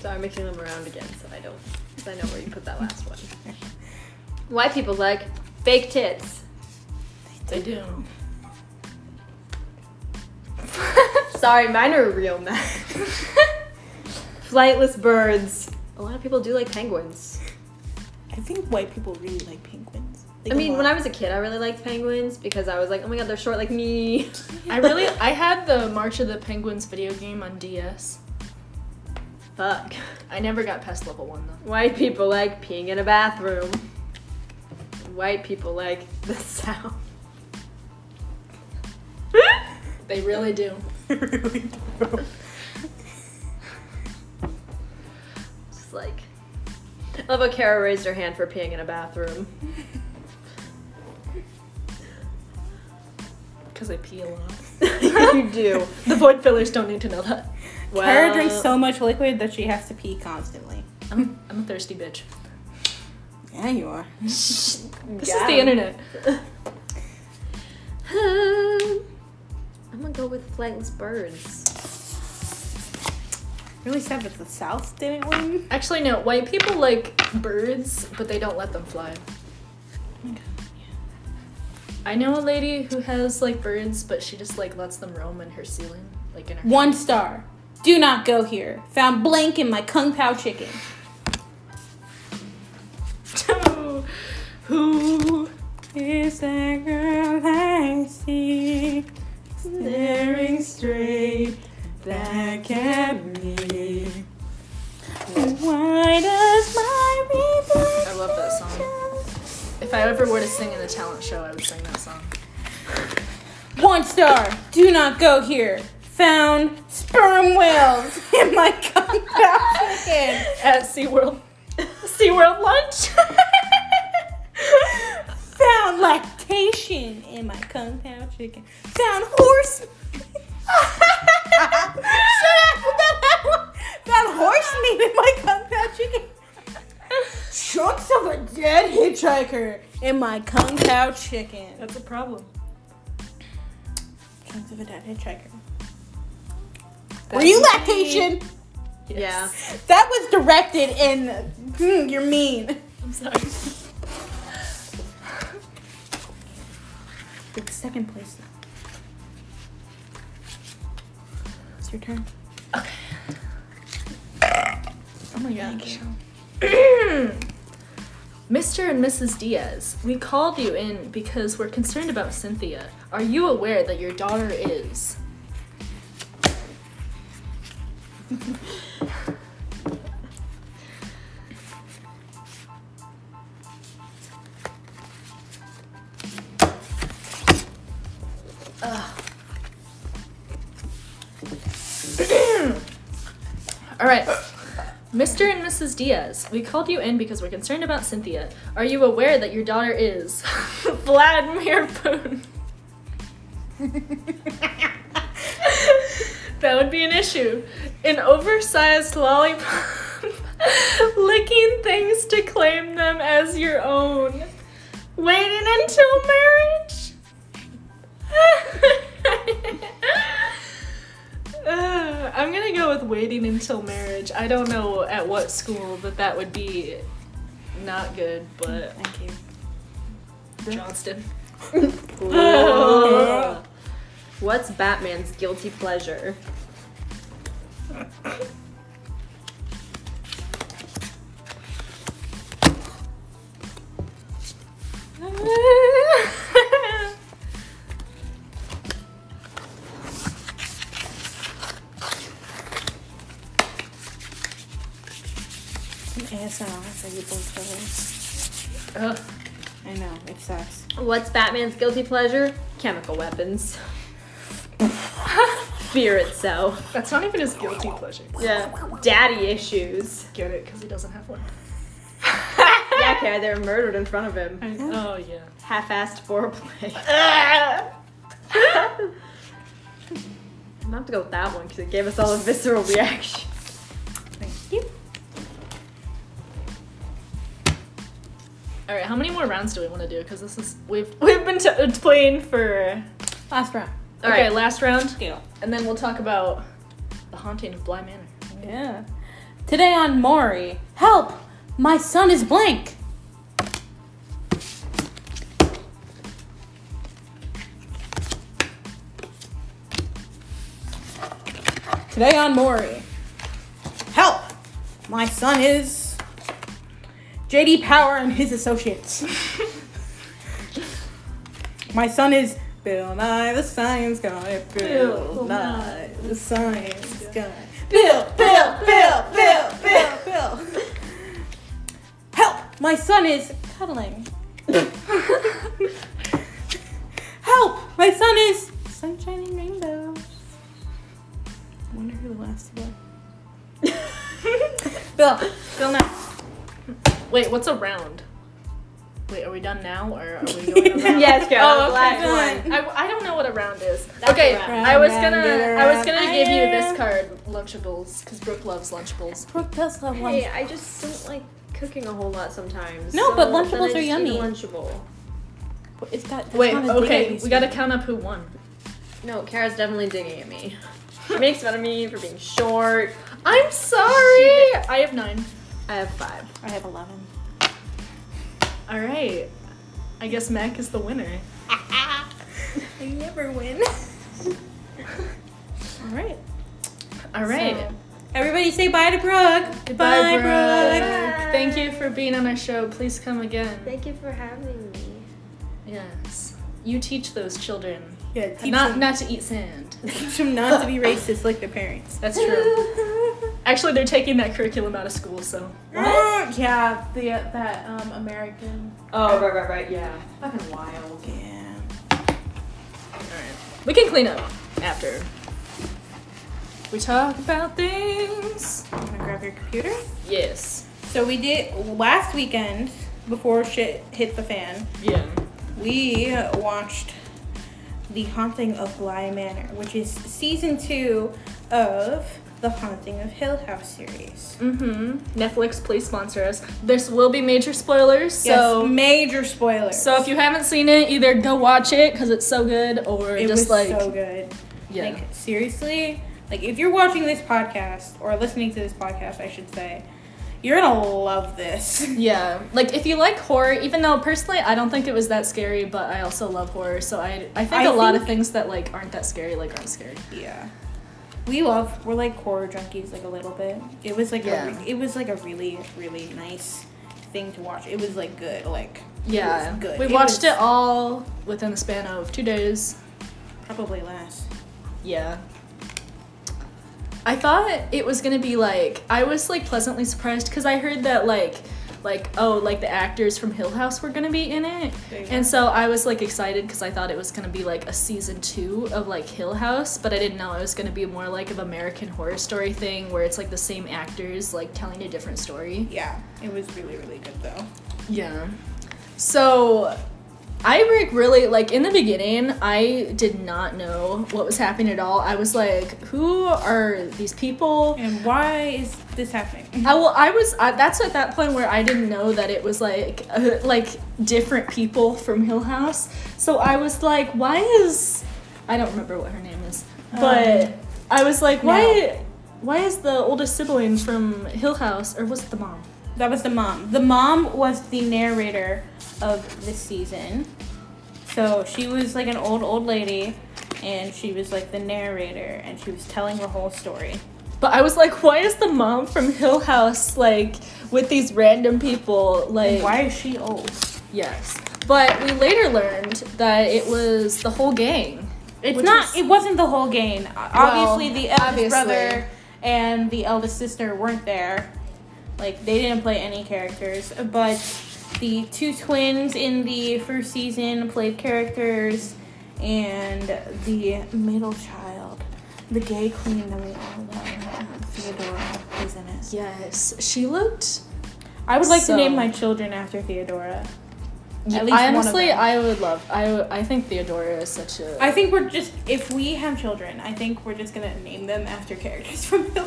So I'm mixing them around again so I don't, so I know where you put that last one. White people like fake tits.
They do.
Sorry, mine are real men. Flightless birds. A lot of people do like penguins.
I think white people really like penguins.
I mean, when I was a kid, I really liked penguins because I was like, oh my god, they're short like me.
I really I had the March of the Penguins video game on DS.
Fuck.
I never got past level one though.
White people like peeing in a bathroom. White people like the sound.
They really do.
really do.
Just like. I love how Kara raised her hand for peeing in a bathroom.
Because I pee a lot.
you do.
The void fillers don't need to know that.
Well,
Kara drinks so much liquid that she has to pee constantly.
I'm, I'm a thirsty bitch.
Yeah, you are.
This
Got
is the
him.
internet.
Um, I'm gonna go with flightless birds.
Really sad that the South didn't win.
Actually, no. White people like birds, but they don't let them fly. I know a lady who has like birds, but she just like lets them roam in her ceiling, like in her.
One star. Do not go here. Found blank in my kung pao chicken.
who?
Is that girl I see staring straight back at me? Why does my reflection?
I love that song. If I ever were to sing in a talent show, I would sing that song.
One star. Do not go here. Found sperm whales in my kung pao chicken.
At SeaWorld. SeaWorld lunch?
Found lactation in my kung pao chicken. Found horse. Shut up! Found that one. Found horse meat in my kung pao chicken. Chunks of a dead hitchhiker in my kung pao chicken.
That's a problem.
Chunks of a dead hitchhiker. Were you lactation?
Yeah.
That was directed in. Hmm, you're mean.
I'm sorry.
It's second place now. It's your turn. Okay. Oh my gosh.
Mr. and Mrs. Diaz, we called you in because we're concerned about Cynthia. Are you aware that your daughter is? All right. Mr. and Mrs. Diaz, we called you in because we're concerned about Cynthia. Are you aware that your daughter is Vladimir Putin? that would be an issue. An oversized lollipop licking things to claim them as your own. Waiting until marriage? Uh, I'm gonna go with waiting until marriage. I don't know at what school that that would be not good, but
Thank you.
Johnston. Uh,
What's Batman's guilty pleasure?
Some ASMR for you both brothers.
Ugh.
I know, it sucks.
What's Batman's guilty pleasure? Chemical weapons. Fear itself.
That's not even his guilty pleasure.
Yeah. Daddy issues.
Get it? Because he doesn't have one.
Yeah, okay, they were murdered in front of him.
oh yeah.
Half-assed foreplay. I'm gonna have to go with that one because it gave us all a visceral reaction.
All right. How many more rounds do we want to do? Because this is we've we've been t- uh, playing for.
Last round.
All right, last round,
Deal.
and then we'll talk about the haunting of Bly Manor.
Yeah. Today on Maury. Help! My son is blank! Today on Maury. Help! My son is. JD Power and his associates. My son is Bill Nye the Science Guy. Bill,
Bill
Nye the Science Guy. Bill, Bill, Bill, Bill, Bill, Bill. Help! My son is cuddling. Help! My son is sunshine and rainbows. I wonder who the last two are. Bill, Bill Nye.
Wait, what's a round? Wait, are we done now or are we going around?
Yes, girl.
Oh, okay.
last
Done.
one.
I, I don't know what a round is.
That's
okay,
a round.
I was
Round,
gonna
round,
I was gonna
round.
give you this card, Lunchables, because Brooke loves Lunchables.
Brooke does love lunch.
Hey, I just don't like cooking a whole lot sometimes.
No, but
then
Lunchables
I just
are
eat a
yummy.
Lunchable.
It's got, that's
Wait,
not as big
okay,
as
we gotta count up who won.
No, Kara's definitely digging at me. She makes fun of me for being short.
I'm sorry! I have nine.
I have five.
I have 11.
Alright. I guess Mac is the winner.
I never win. Alright.
Alright.
Everybody say bye to Brooke.
Goodbye,
Bye,
Brooke.
Brooke.
Thank you for being on our show. Please come again.
Thank you for having me.
yes. You teach those children
Yeah, teach,
not
them,
not to eat sand.
teach them not to be racist like their parents.
That's true. Actually, they're taking that curriculum out of school, so.
Yeah, the uh, that um American.
Oh, right, right, right, yeah.
Fucking wild. Yeah.
We can clean up after. We talk about things.
I'm gonna grab your computer.
Yes.
So we did last weekend before shit hit the fan.
Yeah.
we watched The Haunting of Bly Manor, which is season two of the Haunting of Hill House series.
Mm-hmm. Netflix, please sponsor us. This will be major spoilers,
So
so
major spoilers.
so if you haven't seen it, either go watch it because it's so good, or
it
just
was
like
so good.
yeah.
Like seriously, like if you're watching this podcast or listening to this podcast, I should say, You're gonna love this.
Yeah, like if you like horror, even though personally I don't think it was that scary, but I also love horror, so I I think
I
a lot
think-
of things that like aren't that scary like aren't scary.
Yeah. We love we're like horror junkies like a little bit. It was like
Yeah.
a re- it was like a really really nice thing to watch. It was like good like
Yeah,
was good.
we
It
watched
was-
it all within the span of two days.
probably less.
Yeah. I thought it was gonna be like I was like pleasantly surprised because I heard that like like oh like the actors from Hill House were gonna be in it,
There you go.
and so I was like excited because I thought it was gonna be like a season two of like Hill House, but I didn't know it was gonna be more like of American Horror Story thing where it's like the same actors like telling a different story.
Yeah. It was really really good though.
Yeah. So I like really like in the beginning I did not know what was happening at all. I was like, who are these people?
And why is this happening?
I, well, I was I, that's at that point where I didn't know that it was like uh, like different people from Hill House. So I was like, why is I don't remember what her name is, but
Um,
I was like,
no.
why why is the oldest sibling from Hill House or was it the mom?
That was the mom. The mom was the narrator of this season. So she was like an old old lady and she was like the narrator and she was telling the whole story.
But I was like, why is the mom from Hill House like with these random people? Like,
Why is she old?
Yes. But we later learned that it was the whole gang.
It's
Which
not.
is-
it wasn't the whole game. obviously, the eldest
obviously.
brother and the eldest sister weren't there. Like they didn't play any characters, but the two twins in the first season played characters, and the middle child, the gay queen that we all love, Theodora, is in it.
Yes, she looked.
I would like
So-
to name my children after Theodora. At least
I
one of
honestly,
them.
I would love. I w- I think Theodora is such a.
I think we're just if we have children, I think we're just gonna name them after characters from Bill.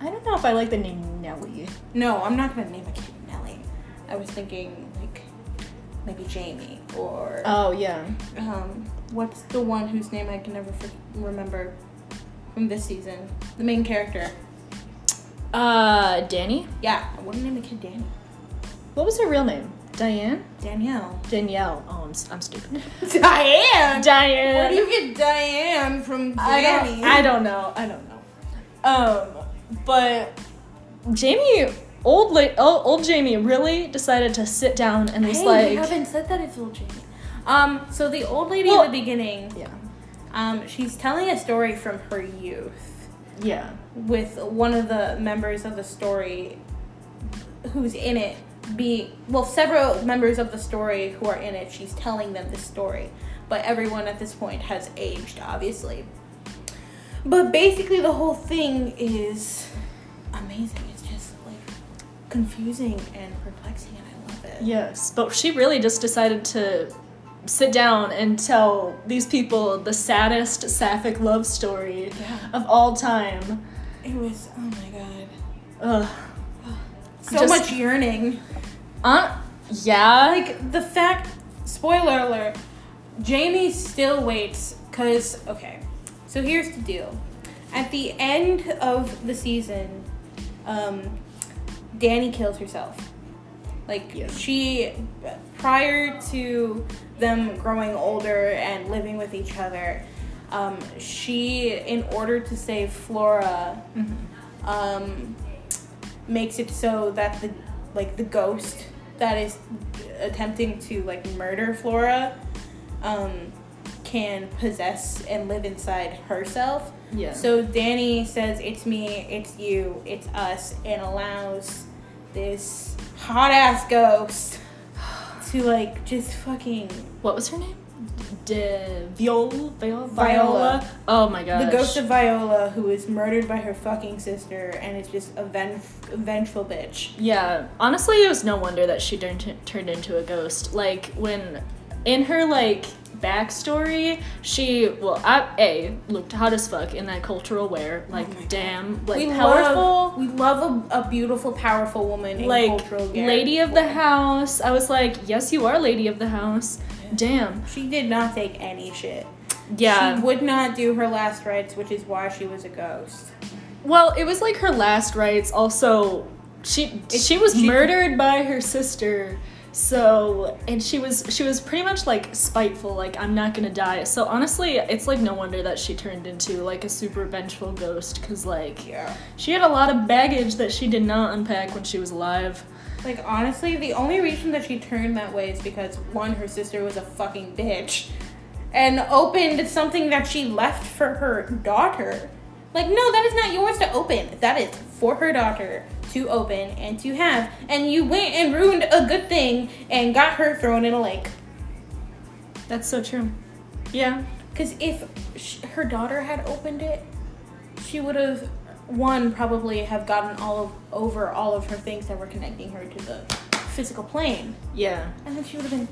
I don't know if I like the name Nellie.
No, I'm not gonna name a kid Nelly. I was thinking like maybe Jamie or
Oh yeah.
um, what's the one whose name I can never for- remember from this season? The main character.
Uh, Danny.
Yeah, I wouldn't name a kid Danny.
What was her real name? Diane.
Danielle.
Danielle. Oh, I'm s- I'm stupid.
Diane.
Diane.
Where do you get Diane from
I
Danny?
don't, I don't know. I don't know. Um, but Jamie, old la- oh, old Jamie, really decided to sit down and was
Hey, you
like,
haven't said that it's old Jamie. Um, so the old lady
Well-
in the beginning,
yeah,
um, she's telling a story from her youth.
yeah,
with one of the members of the story who's in it be well several members of the story who are in it she's telling them the story but everyone at this point has aged obviously but basically the whole thing is amazing it's just like confusing and perplexing and i love it
yes. But she really just decided to sit down and tell these people the saddest sapphic love story
yeah
of all time.
it was oh my god
Ugh.
so
Just-
much yearning
Uh, yeah.
like the fact spoiler alert jamie still waits because okay so here's the deal at the end of the season um, danny kills herself like
Yeah.
she prior to them growing older and living with each other um, she in order to save flora um, makes it so that the like the ghost that is attempting to like murder Flora um, can possess and live inside herself.
yeah.
So Danny says, "It's me, it's you, it's us," and allows this hot ass ghost to like just fucking
what was her name? De Viola. Viola.
Viola.
Oh my gosh.
the ghost of Viola, who is murdered by her fucking sister, and is just a ven- vengeful bitch.
Yeah, honestly, it was no wonder that she turned turned into a ghost. Like when, in her like backstory, she well, I, a looked hot as fuck in that cultural wear. Like
Oh my God.
damn, like
we
powerful,
Love, we love a, a beautiful, powerful woman. In
like
cultural gear.
lady of the house. I was like, yes, you are lady of the house. Damn.
She did not take any shit.
Yeah.
She would not do her last rites, which is why she was a ghost.
Well, it was like her last rites. Also, she she was
she-
murdered by her sister. So and she was she was pretty much like spiteful, like I'm not gonna die. So honestly, it's like no wonder that she turned into like a super vengeful ghost, cause like
Yeah.
she had a lot of baggage that she did not unpack when she was alive.
Like honestly, the only reason that she turned that way is because one, her sister was a fucking bitch, and opened something that she left for her daughter. Like, no, that is not yours to open. That is for her daughter to open and to have. And you went and ruined a good thing and got her thrown in a lake.
That's so true. Yeah.
Because if sh- her daughter had opened it, she would have, one, probably have gotten all of, over all of her things that were connecting her to the physical plane.
Yeah.
And then she would have been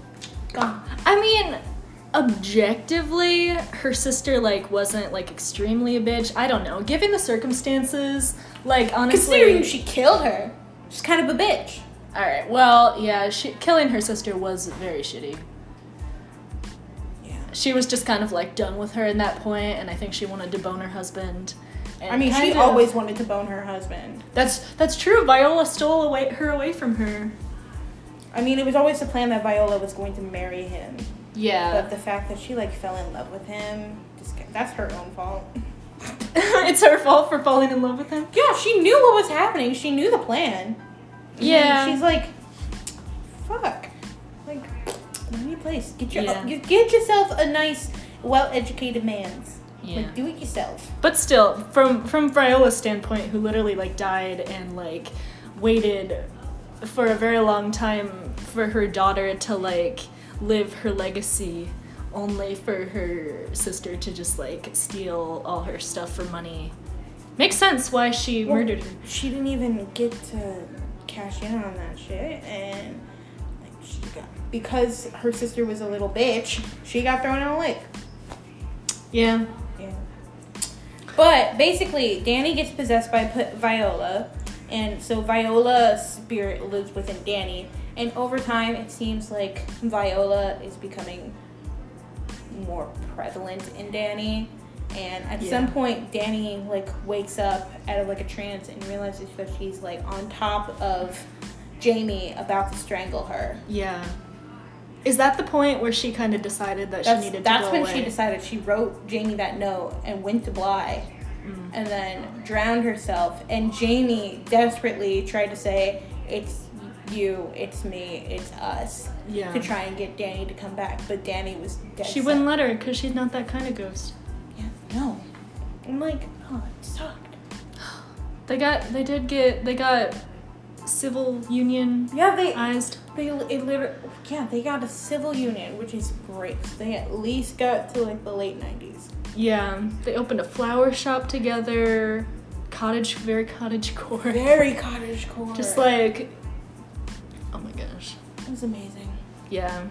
gone.
I mean, objectively, her sister like wasn't like extremely a bitch. I don't know. Given the circumstances, like honestly,
Considering she killed her, she's kind of a bitch.
all right. Well, yeah, she, killing her sister was very shitty.
Yeah.
She was just kind of like done with her in that point, and I think she wanted to bone her husband. and
I mean, she
kind of-
always wanted to bone her husband.
That's that's true. Viola stole away her away from her.
I mean, it was always the plan that Viola was going to marry him.
Yeah,
But the fact that she, like, fell in love with him, just, that's her own fault.
it's her fault for falling in love with him.
Yeah, she knew what was happening. She knew the plan. And
Yeah.
she's like, fuck. Like, any place. Get your
Yeah.
you- get yourself a nice, well educated man's. Like, do it yourself.
But still, from from Friola's standpoint, who literally like died and like waited for a very long time for her daughter to like live her legacy, only for her sister to just like steal all her stuff for money. Makes sense why she
Well-
murdered her.
She didn't even get to cash in on that shit, and like she got because her sister was a little bitch. She got thrown in a lake.
Yeah.
Yeah. But basically, Danny gets possessed by P- Viola, and so Viola's spirit lives within Danny. And over time, it seems like Viola is becoming more prevalent in Danny. And at
Yeah.
some point, Danny like wakes up out of like a trance and realizes that she's like on top of Jamie, about to strangle her.
Yeah. Is that the point where she kind of decided that
That's,
she needed
that's
to go
when
away?
she decided she wrote Jamie that note and went to Bly
Mm.
and then drowned herself. And Jamie desperately tried to say, It's you, it's me, it's us,
yeah.
to try and get Danny to come back. But Danny was dead.
She
set.
wouldn't let her because she's not that kind of ghost.
Yeah, no. I'm like, Oh, it sucked.
They got they did get they got civil unionized.
Yeah, they, they it literally, yeah, they got a civil union, which is great. They at least got to like the late 90s.
Yeah, they opened a flower shop together. Cottage, very cottage core.
Very cottage core.
Just like, oh my gosh,
it was amazing.
yeah.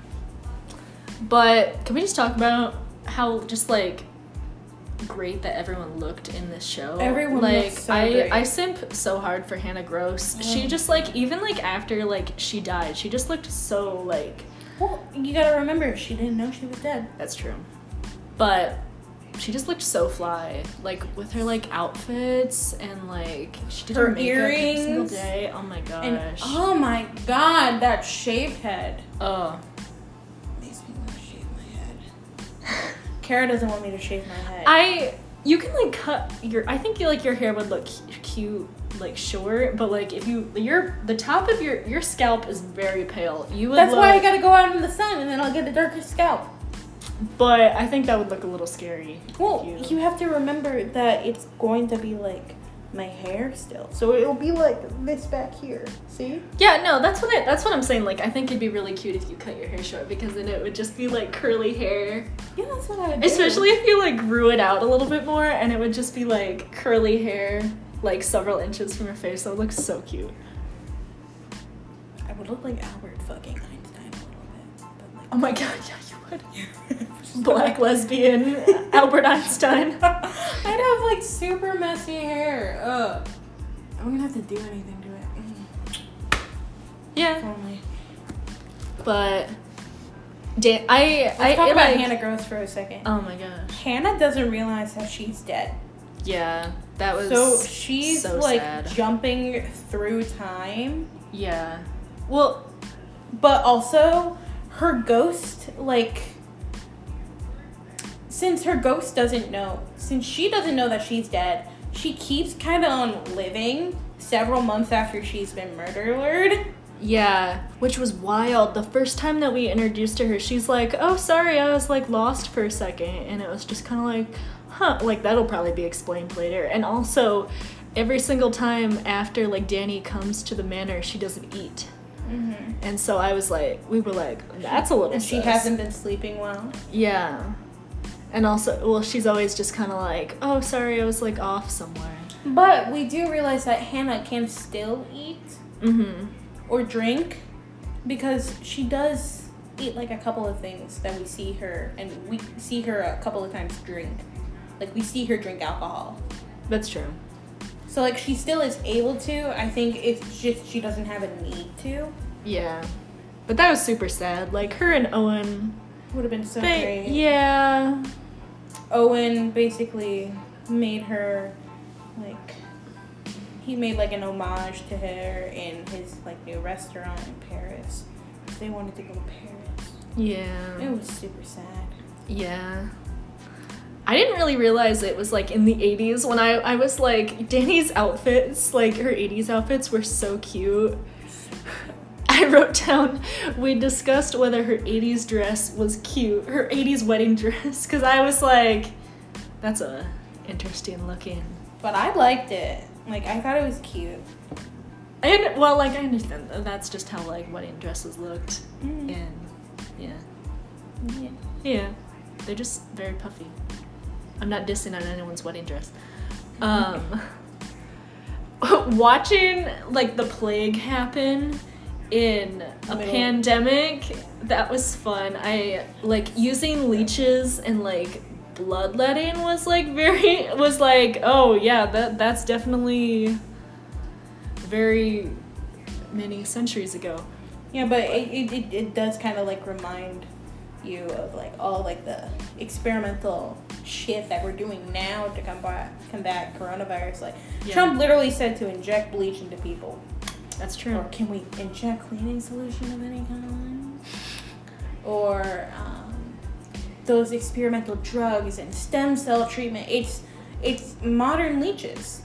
But can we just talk about how just like great that everyone looked in this show?
Everyone
like
looked so
I
great. Mm.
I simp so hard for Hannah Gross. She just like even like after like she died, she just looked so like
Well, you gotta remember, she didn't know she was dead.
That's true. But she just looked so fly, like with her like outfits and like she did her,
Her
makeup every single
earrings.
day. Oh my gosh.
And oh my god, that shaved head
oh.
makes me want to shave my head. Kara doesn't want me to shave my head.
I you can like cut your I think like your hair would look cu- cute like short, but like if you your the top of your your scalp is very pale. You would
That's
look,
why I gotta go out in the sun, and then I'll get a darker scalp.
but I think that would look a little scary.
Well,
You-
you have to remember that it's going to be like my hair still, so it'll be like this back here. See?
Yeah, no, that's what I that's what I'm saying. Like I think it'd be really cute if you cut your hair short because then it would just be like curly hair.
Yeah, that's what I would do.
Especially if you like grew it out a little bit more and it would just be like curly hair, like several inches from your face. That would look so cute.
I would look like Albert fucking Einstein a little bit, but like
Oh my god, yeah, you would. Black lesbian Albert Einstein.
I'd have like super messy hair. Ugh. I wouldn't have to do anything to it.
Mm-hmm.
Mm, if
Yeah.
only.
But da- I I
Let's talk
it,
about
like-
Hannah Gross for a second.
Oh my gosh.
Hannah doesn't realize that she's dead.
Yeah, that was
So she's
so
like
sad.
jumping through time,
yeah. Well,
but also her ghost, like, since her ghost doesn't know, since she doesn't know that she's dead, she keeps kind of on living several months after she's been murdered.
yeah, which was wild. The first time that we introduced to her, she's like, "Oh, sorry, I was like lost for a second. and it was just kind of like, "Huh?" Like that'll probably be explained later. And also, every single time after like Danny comes to the manor, she doesn't eat. And so I was like, we were like, that's a little.
And she
sus.
hasn't been sleeping well.
Yeah. And also, well, she's always just kind of like, oh, sorry, I was like off somewhere.
But we do realize that Hannah can still eat
Mm-hmm.
or drink because she does eat like a couple of things that we see her and we see her a couple of times drink. Like we see her drink alcohol.
That's true.
So like she still is able to. I think it's just she doesn't have a need to.
Yeah. But that was super sad. Like her and Owen.
Would have been so
They,
great.
yeah.
Owen basically made her like he made like an homage to her in his like new restaurant in Paris. They wanted to go to Paris.
Yeah.
It was super sad.
Yeah. I didn't really realize it was like in the 80s when I, I was like, Danny's outfits, like her 80s outfits were so cute. I wrote down, we discussed whether her 80s dress was cute, her 80s wedding dress, because I was like, that's a interesting looking.
But I liked it. Like I thought it was cute.
And well, like I understand that that's just how like wedding dresses looked.
Mm.
And yeah.
Yeah.
Mm-hmm. Yeah, they're just very puffy. I'm not dissing on anyone's wedding dress. Um, watching like the plague happen in a
Middle.
pandemic, that was fun. I like using leeches and like bloodletting was like very was like oh yeah that that's definitely very many centuries ago.
Yeah, but it, it, it, it does kind of like remind you of like all like the experimental shit that we're doing now to combat combat coronavirus. Like
Yeah.
Trump literally said to inject bleach into people.
That's
Or can we inject cleaning solution of any kind? Or um, those experimental drugs and stem cell treatment. It's it's modern leeches.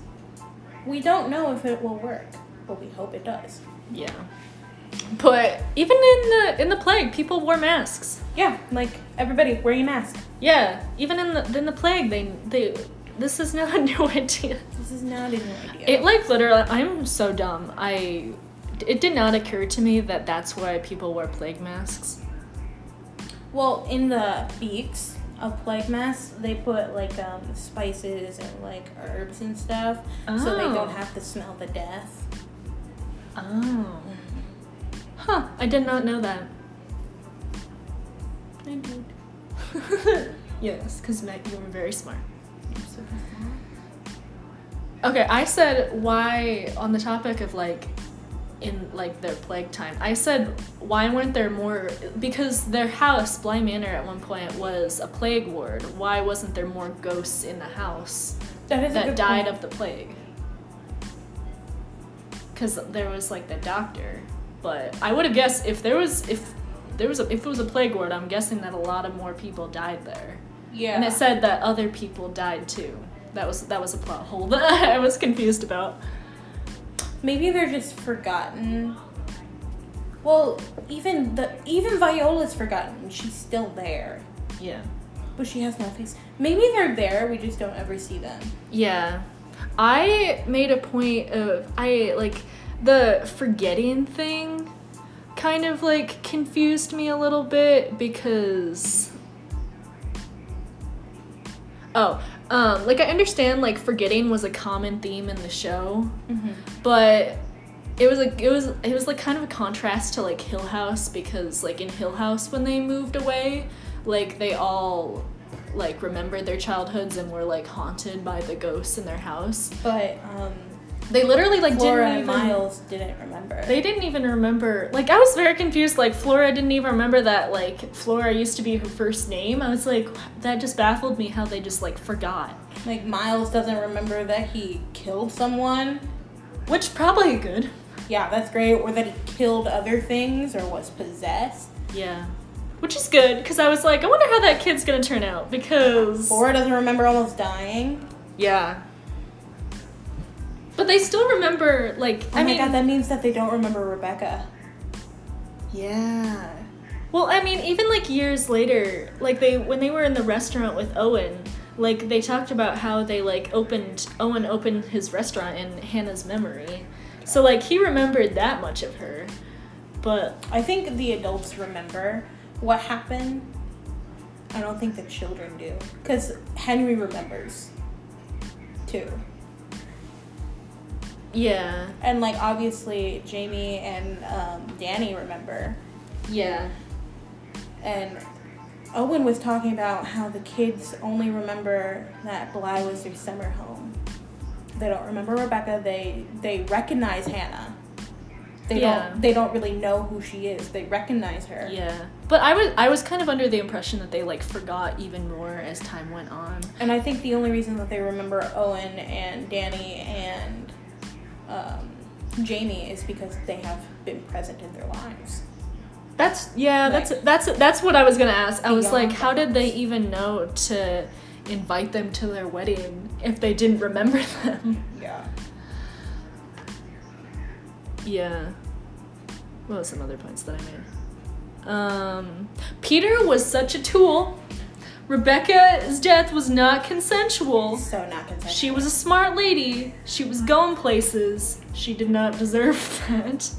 We don't know if it will work, but we hope it does.
Yeah. But even in the in the plague, people wore masks.
Yeah, like everybody, wear your mask.
Yeah, even in the in the plague, they they this is not a new idea.
This is not a new idea.
It like literally, I'm so dumb. I it did not occur to me that that's why people wear plague masks.
well, in the beaks of plague masks, they put like um, spices and like herbs and stuff, so they
Oh.
don't have to smell the death.
Oh. Huh. I did not know that. I did. yes, because Matt, you were very smart. Okay, I said why on the topic of like in like their plague time. I said why weren't there more because their house Bly Manor at one point was a plague ward. Why wasn't there more ghosts in the house
That is a
that
good
died
point.
of the plague? Cuz there was like the doctor, but I would have guessed if there was if there was a, if it was a plague ward, I'm guessing that a lot of more people died there.
Yeah.
And it said that other people died too. That was that was a plot hole that I was confused about.
Maybe they're just forgotten. Well, even the even Viola's forgotten. She's still there,
Yeah.
but she has no face. Maybe they're there. We just don't ever see them.
Yeah. I made a point of I like the forgetting thing kind of like confused me a little bit because Oh, um like I understand like forgetting was a common theme in the show, but it was like it was it was like kind of a contrast to like Hill House because like in Hill House when they moved away, like they all like remembered their childhoods and were like haunted by the ghosts in their house.
But um,
They literally like
Flora
didn't
and
even
Miles didn't remember.
they didn't even remember. Like I was very confused. Like Flora didn't even remember that like Flora used to be her first name. I was like that just baffled me how they just like forgot.
Like Miles doesn't remember that he killed someone.
Which probably good.
Yeah, that's great. Or that he killed other things or was possessed.
Yeah. Which is good because I was like, I wonder how that kid's gonna turn out because.
Laura doesn't remember almost dying.
Yeah.
But they still remember like
Oh
I
my
mean,
god, that means that they don't remember Rebecca.
Yeah.
well, I mean, even like years later, like they when they were in the restaurant with Owen, like they talked about how they like opened Owen opened his restaurant in Hannah's memory, so like he remembered that much of her, but
I think the adults remember what happened. I don't think the children do. Because Henry remembers too.
yeah,
And like obviously Jamie and um, Danny remember.
yeah,
And Owen was talking about how the kids only remember that Bly was their summer home. They don't remember Rebecca. They they recognize Hannah. They
Yeah.
don't they don't really know who she is. They recognize her.
yeah. But I was I was kind of under the impression that they like forgot even more as time went on.
And I think the only reason that they remember Owen and Danny and um, Jamie is because they have been present in their lives.
That's yeah.
Like-
that's that's that's what I was gonna ask. I was
Beyond
like, how did they even know to invite them to their wedding if they didn't remember them?
Yeah.
Yeah. What were some other points that I made? Um, Peter was such a tool. Rebecca's death was not consensual.
So not consensual.
She was a smart lady. She was going places. She did not deserve that.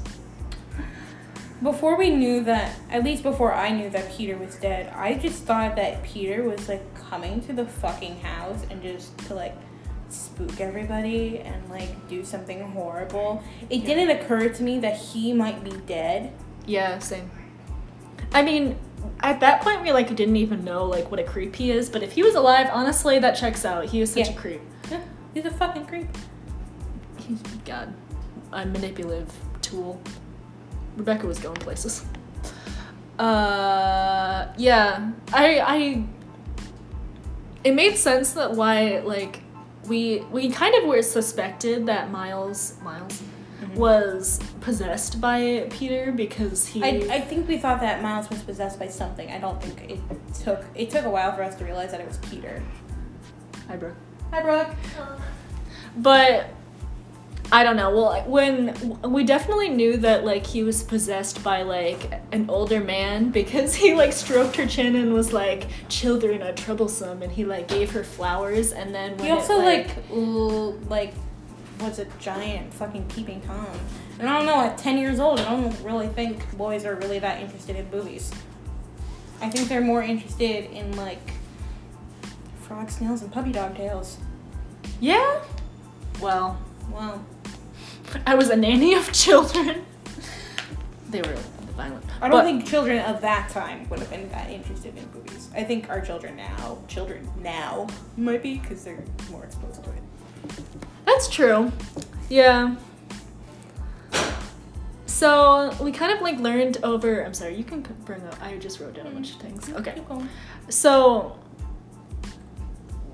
Before we knew that, at least before I knew that Peter was dead, I just thought that Peter was like coming to the fucking house and just to like spook everybody and like do something horrible. It didn't occur to me that he might be dead.
Yeah, same. I mean, at that point, we like didn't even know like what a creep he is. But if he was alive, honestly, that checks out. He is such
Yeah.
a creep.
He's a fucking creep.
He's god, a manipulative tool. Rebecca was going places. Uh, yeah, I, I. It made sense that why like we we kind of were suspected that Miles Miles
Mm-hmm.
was possessed by Peter because he.
I, I think we thought that Miles was possessed by something. I don't think it took it took a while for us to realize that it was Peter.
Hi, bro.
Hi, Brooke.
but I don't know. Well, when we definitely knew that like he was possessed by like an older man because he like stroked her chin and was like, "Children are troublesome," and he like gave her flowers and then when
He
it,
also like l- like was a giant fucking peeping tom. And I don't know, at ten years old, I don't really think boys are really that interested in boobies. I think they're more interested in like frog snails and puppy dog tails.
yeah. Well,
Wow.
I was a nanny of children. they were violent.
I don't
But-
think children of that time would have been that interested in boobies. I think our children now, children now, might be because they're more exposed to it.
That's true. Yeah. So we kind of like learned over. I'm sorry, you can c- bring up. I just wrote down a bunch of things. Okay. So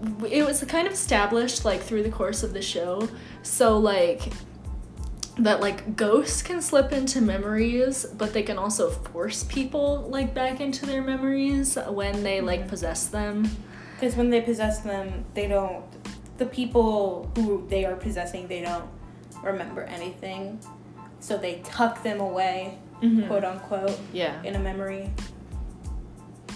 w- it was kind of established like through the course of the show. So like that like ghosts can slip into memories, but they can also force people like back into their memories when they like possess them.
Because when they possess them, they don't. The people who they are possessing, they don't remember anything. So they tuck them away,
Mm-hmm.
quote unquote,
Yeah.
in a memory.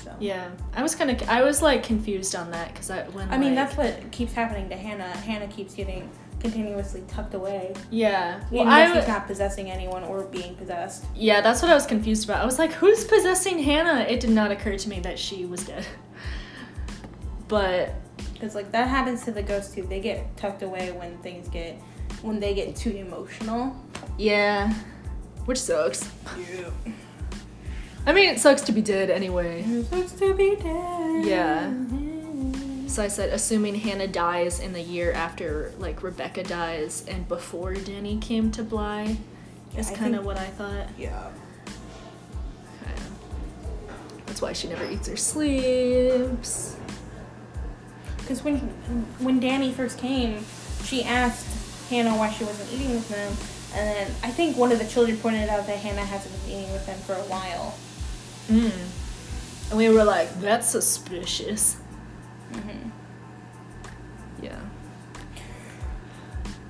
So.
Yeah, I was kind of I was like confused on that because I when
I mean, that's
like-
what keeps happening to Hannah. Hannah keeps getting continuously tucked away.
yeah. Well,
unless
I
she's
w-
not possessing anyone or being possessed.
yeah, that's what I was confused about. I was like, who's possessing Hannah? It did not occur to me that she was dead. But
Because like that happens to the ghosts too. They get tucked away when things get when they get too emotional.
yeah, which sucks. I mean, it sucks to be dead anyway.
Supposed to be dead.
Yeah. So I said, assuming Hannah dies in the year after like Rebecca dies and before Danny came to Bly, is
I
kind of
think-
what I thought.
Yeah.
That's why she never eats or sleeps.
Because when when Danny first came, she asked Hannah why she wasn't eating with them, and then I think one of the children pointed out that Hannah hasn't been eating with them for a while.
Mm. And we were like, that's suspicious. Mm-hmm. Yeah.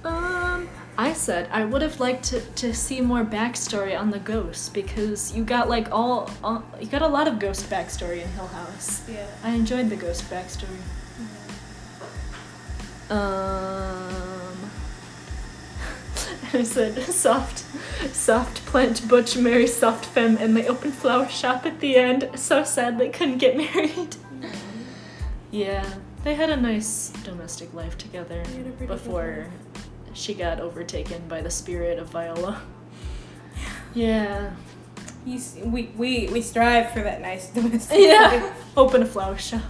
Um, I said I would have liked to, to see more backstory on the ghosts because you got like all, all you got a lot of ghost backstory in Hill House.
Yeah.
I enjoyed the ghost backstory. Um, I said soft, soft plant butch marry soft femme, and they opened flower shop at the end. So sad they couldn't get married. Yeah, they had a nice domestic life together
They had a pretty good
before she got overtaken by the spirit of Viola. Yeah.
You s we, we we strive for that nice domestic.
Yeah. Open a flower shop.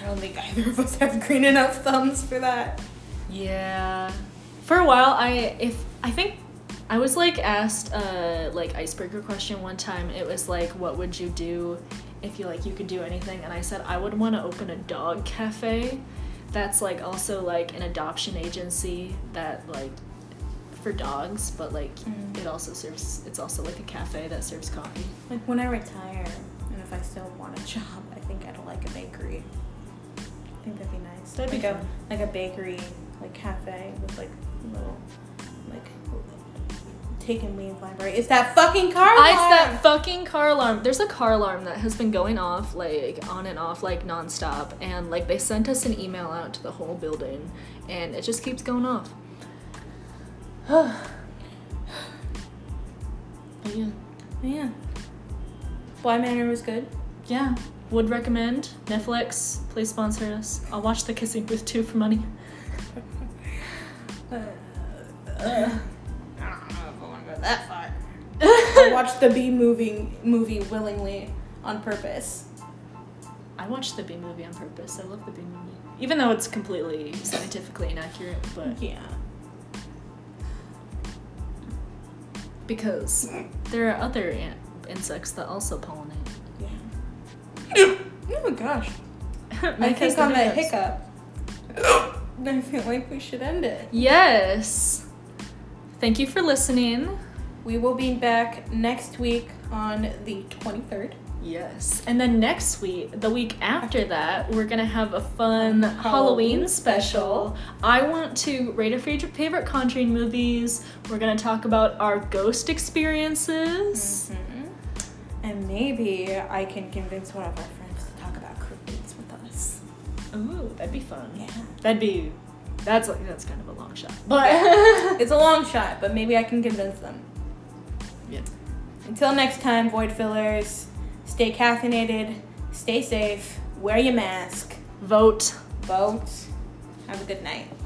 I don't think either of us have green enough thumbs for that.
Yeah. For a while, I if I think I was like asked a like icebreaker question one time. It was like, what would you do if you like you could do anything? And I said I would want to open a dog cafe. That's like also like an adoption agency that like for dogs, but like
Mm.
it also serves. It's also like a cafe that serves coffee.
Like when I retire, and if I still want a job, I think I'd like a bakery. I think that'd be nice. That'd
That'd
like
be
a like a bakery, like cafe with like little like take and leave library. It's that fucking car
I-
alarm!
It's that fucking car alarm. There's a car alarm that has been going off like on and off like nonstop, and like they sent us an email out to the whole building, and it just keeps going off. But Oh, yeah,
Yeah. Bly Manor was good.
yeah. Would recommend Netflix. Please sponsor us. I'll watch The Kissing Booth too for money.
Uh, I don't know if I want to go that far. I watched the B movie movie willingly on purpose.
I watched the B movie on purpose. I love the B movie, even though it's completely scientifically inaccurate, but.
Yeah.
because there are other in- insects that also pollinate.
Yeah. oh gosh. I
Because
think on
they're
that
hiccups.
hiccup. I feel like we should end it.
Yes. Thank you for listening.
We will be back next week on the 23rd.
Yes. And then next week, the week after that, we're gonna have a fun Halloween, special. I want to rate our favorite favorite Conjuring movies. We're gonna talk about our ghost experiences.
Mm-hmm. And maybe I can convince one of our friends to talk about cryptids with us.
Ooh, that'd be fun.
Yeah.
That'd be. That's like that's kind of a long shot, but
It's a long shot, but maybe I can convince them.
Yeah.
Until next time, void fillers, stay caffeinated, stay safe, wear your mask,
vote.
vote. Have a good night.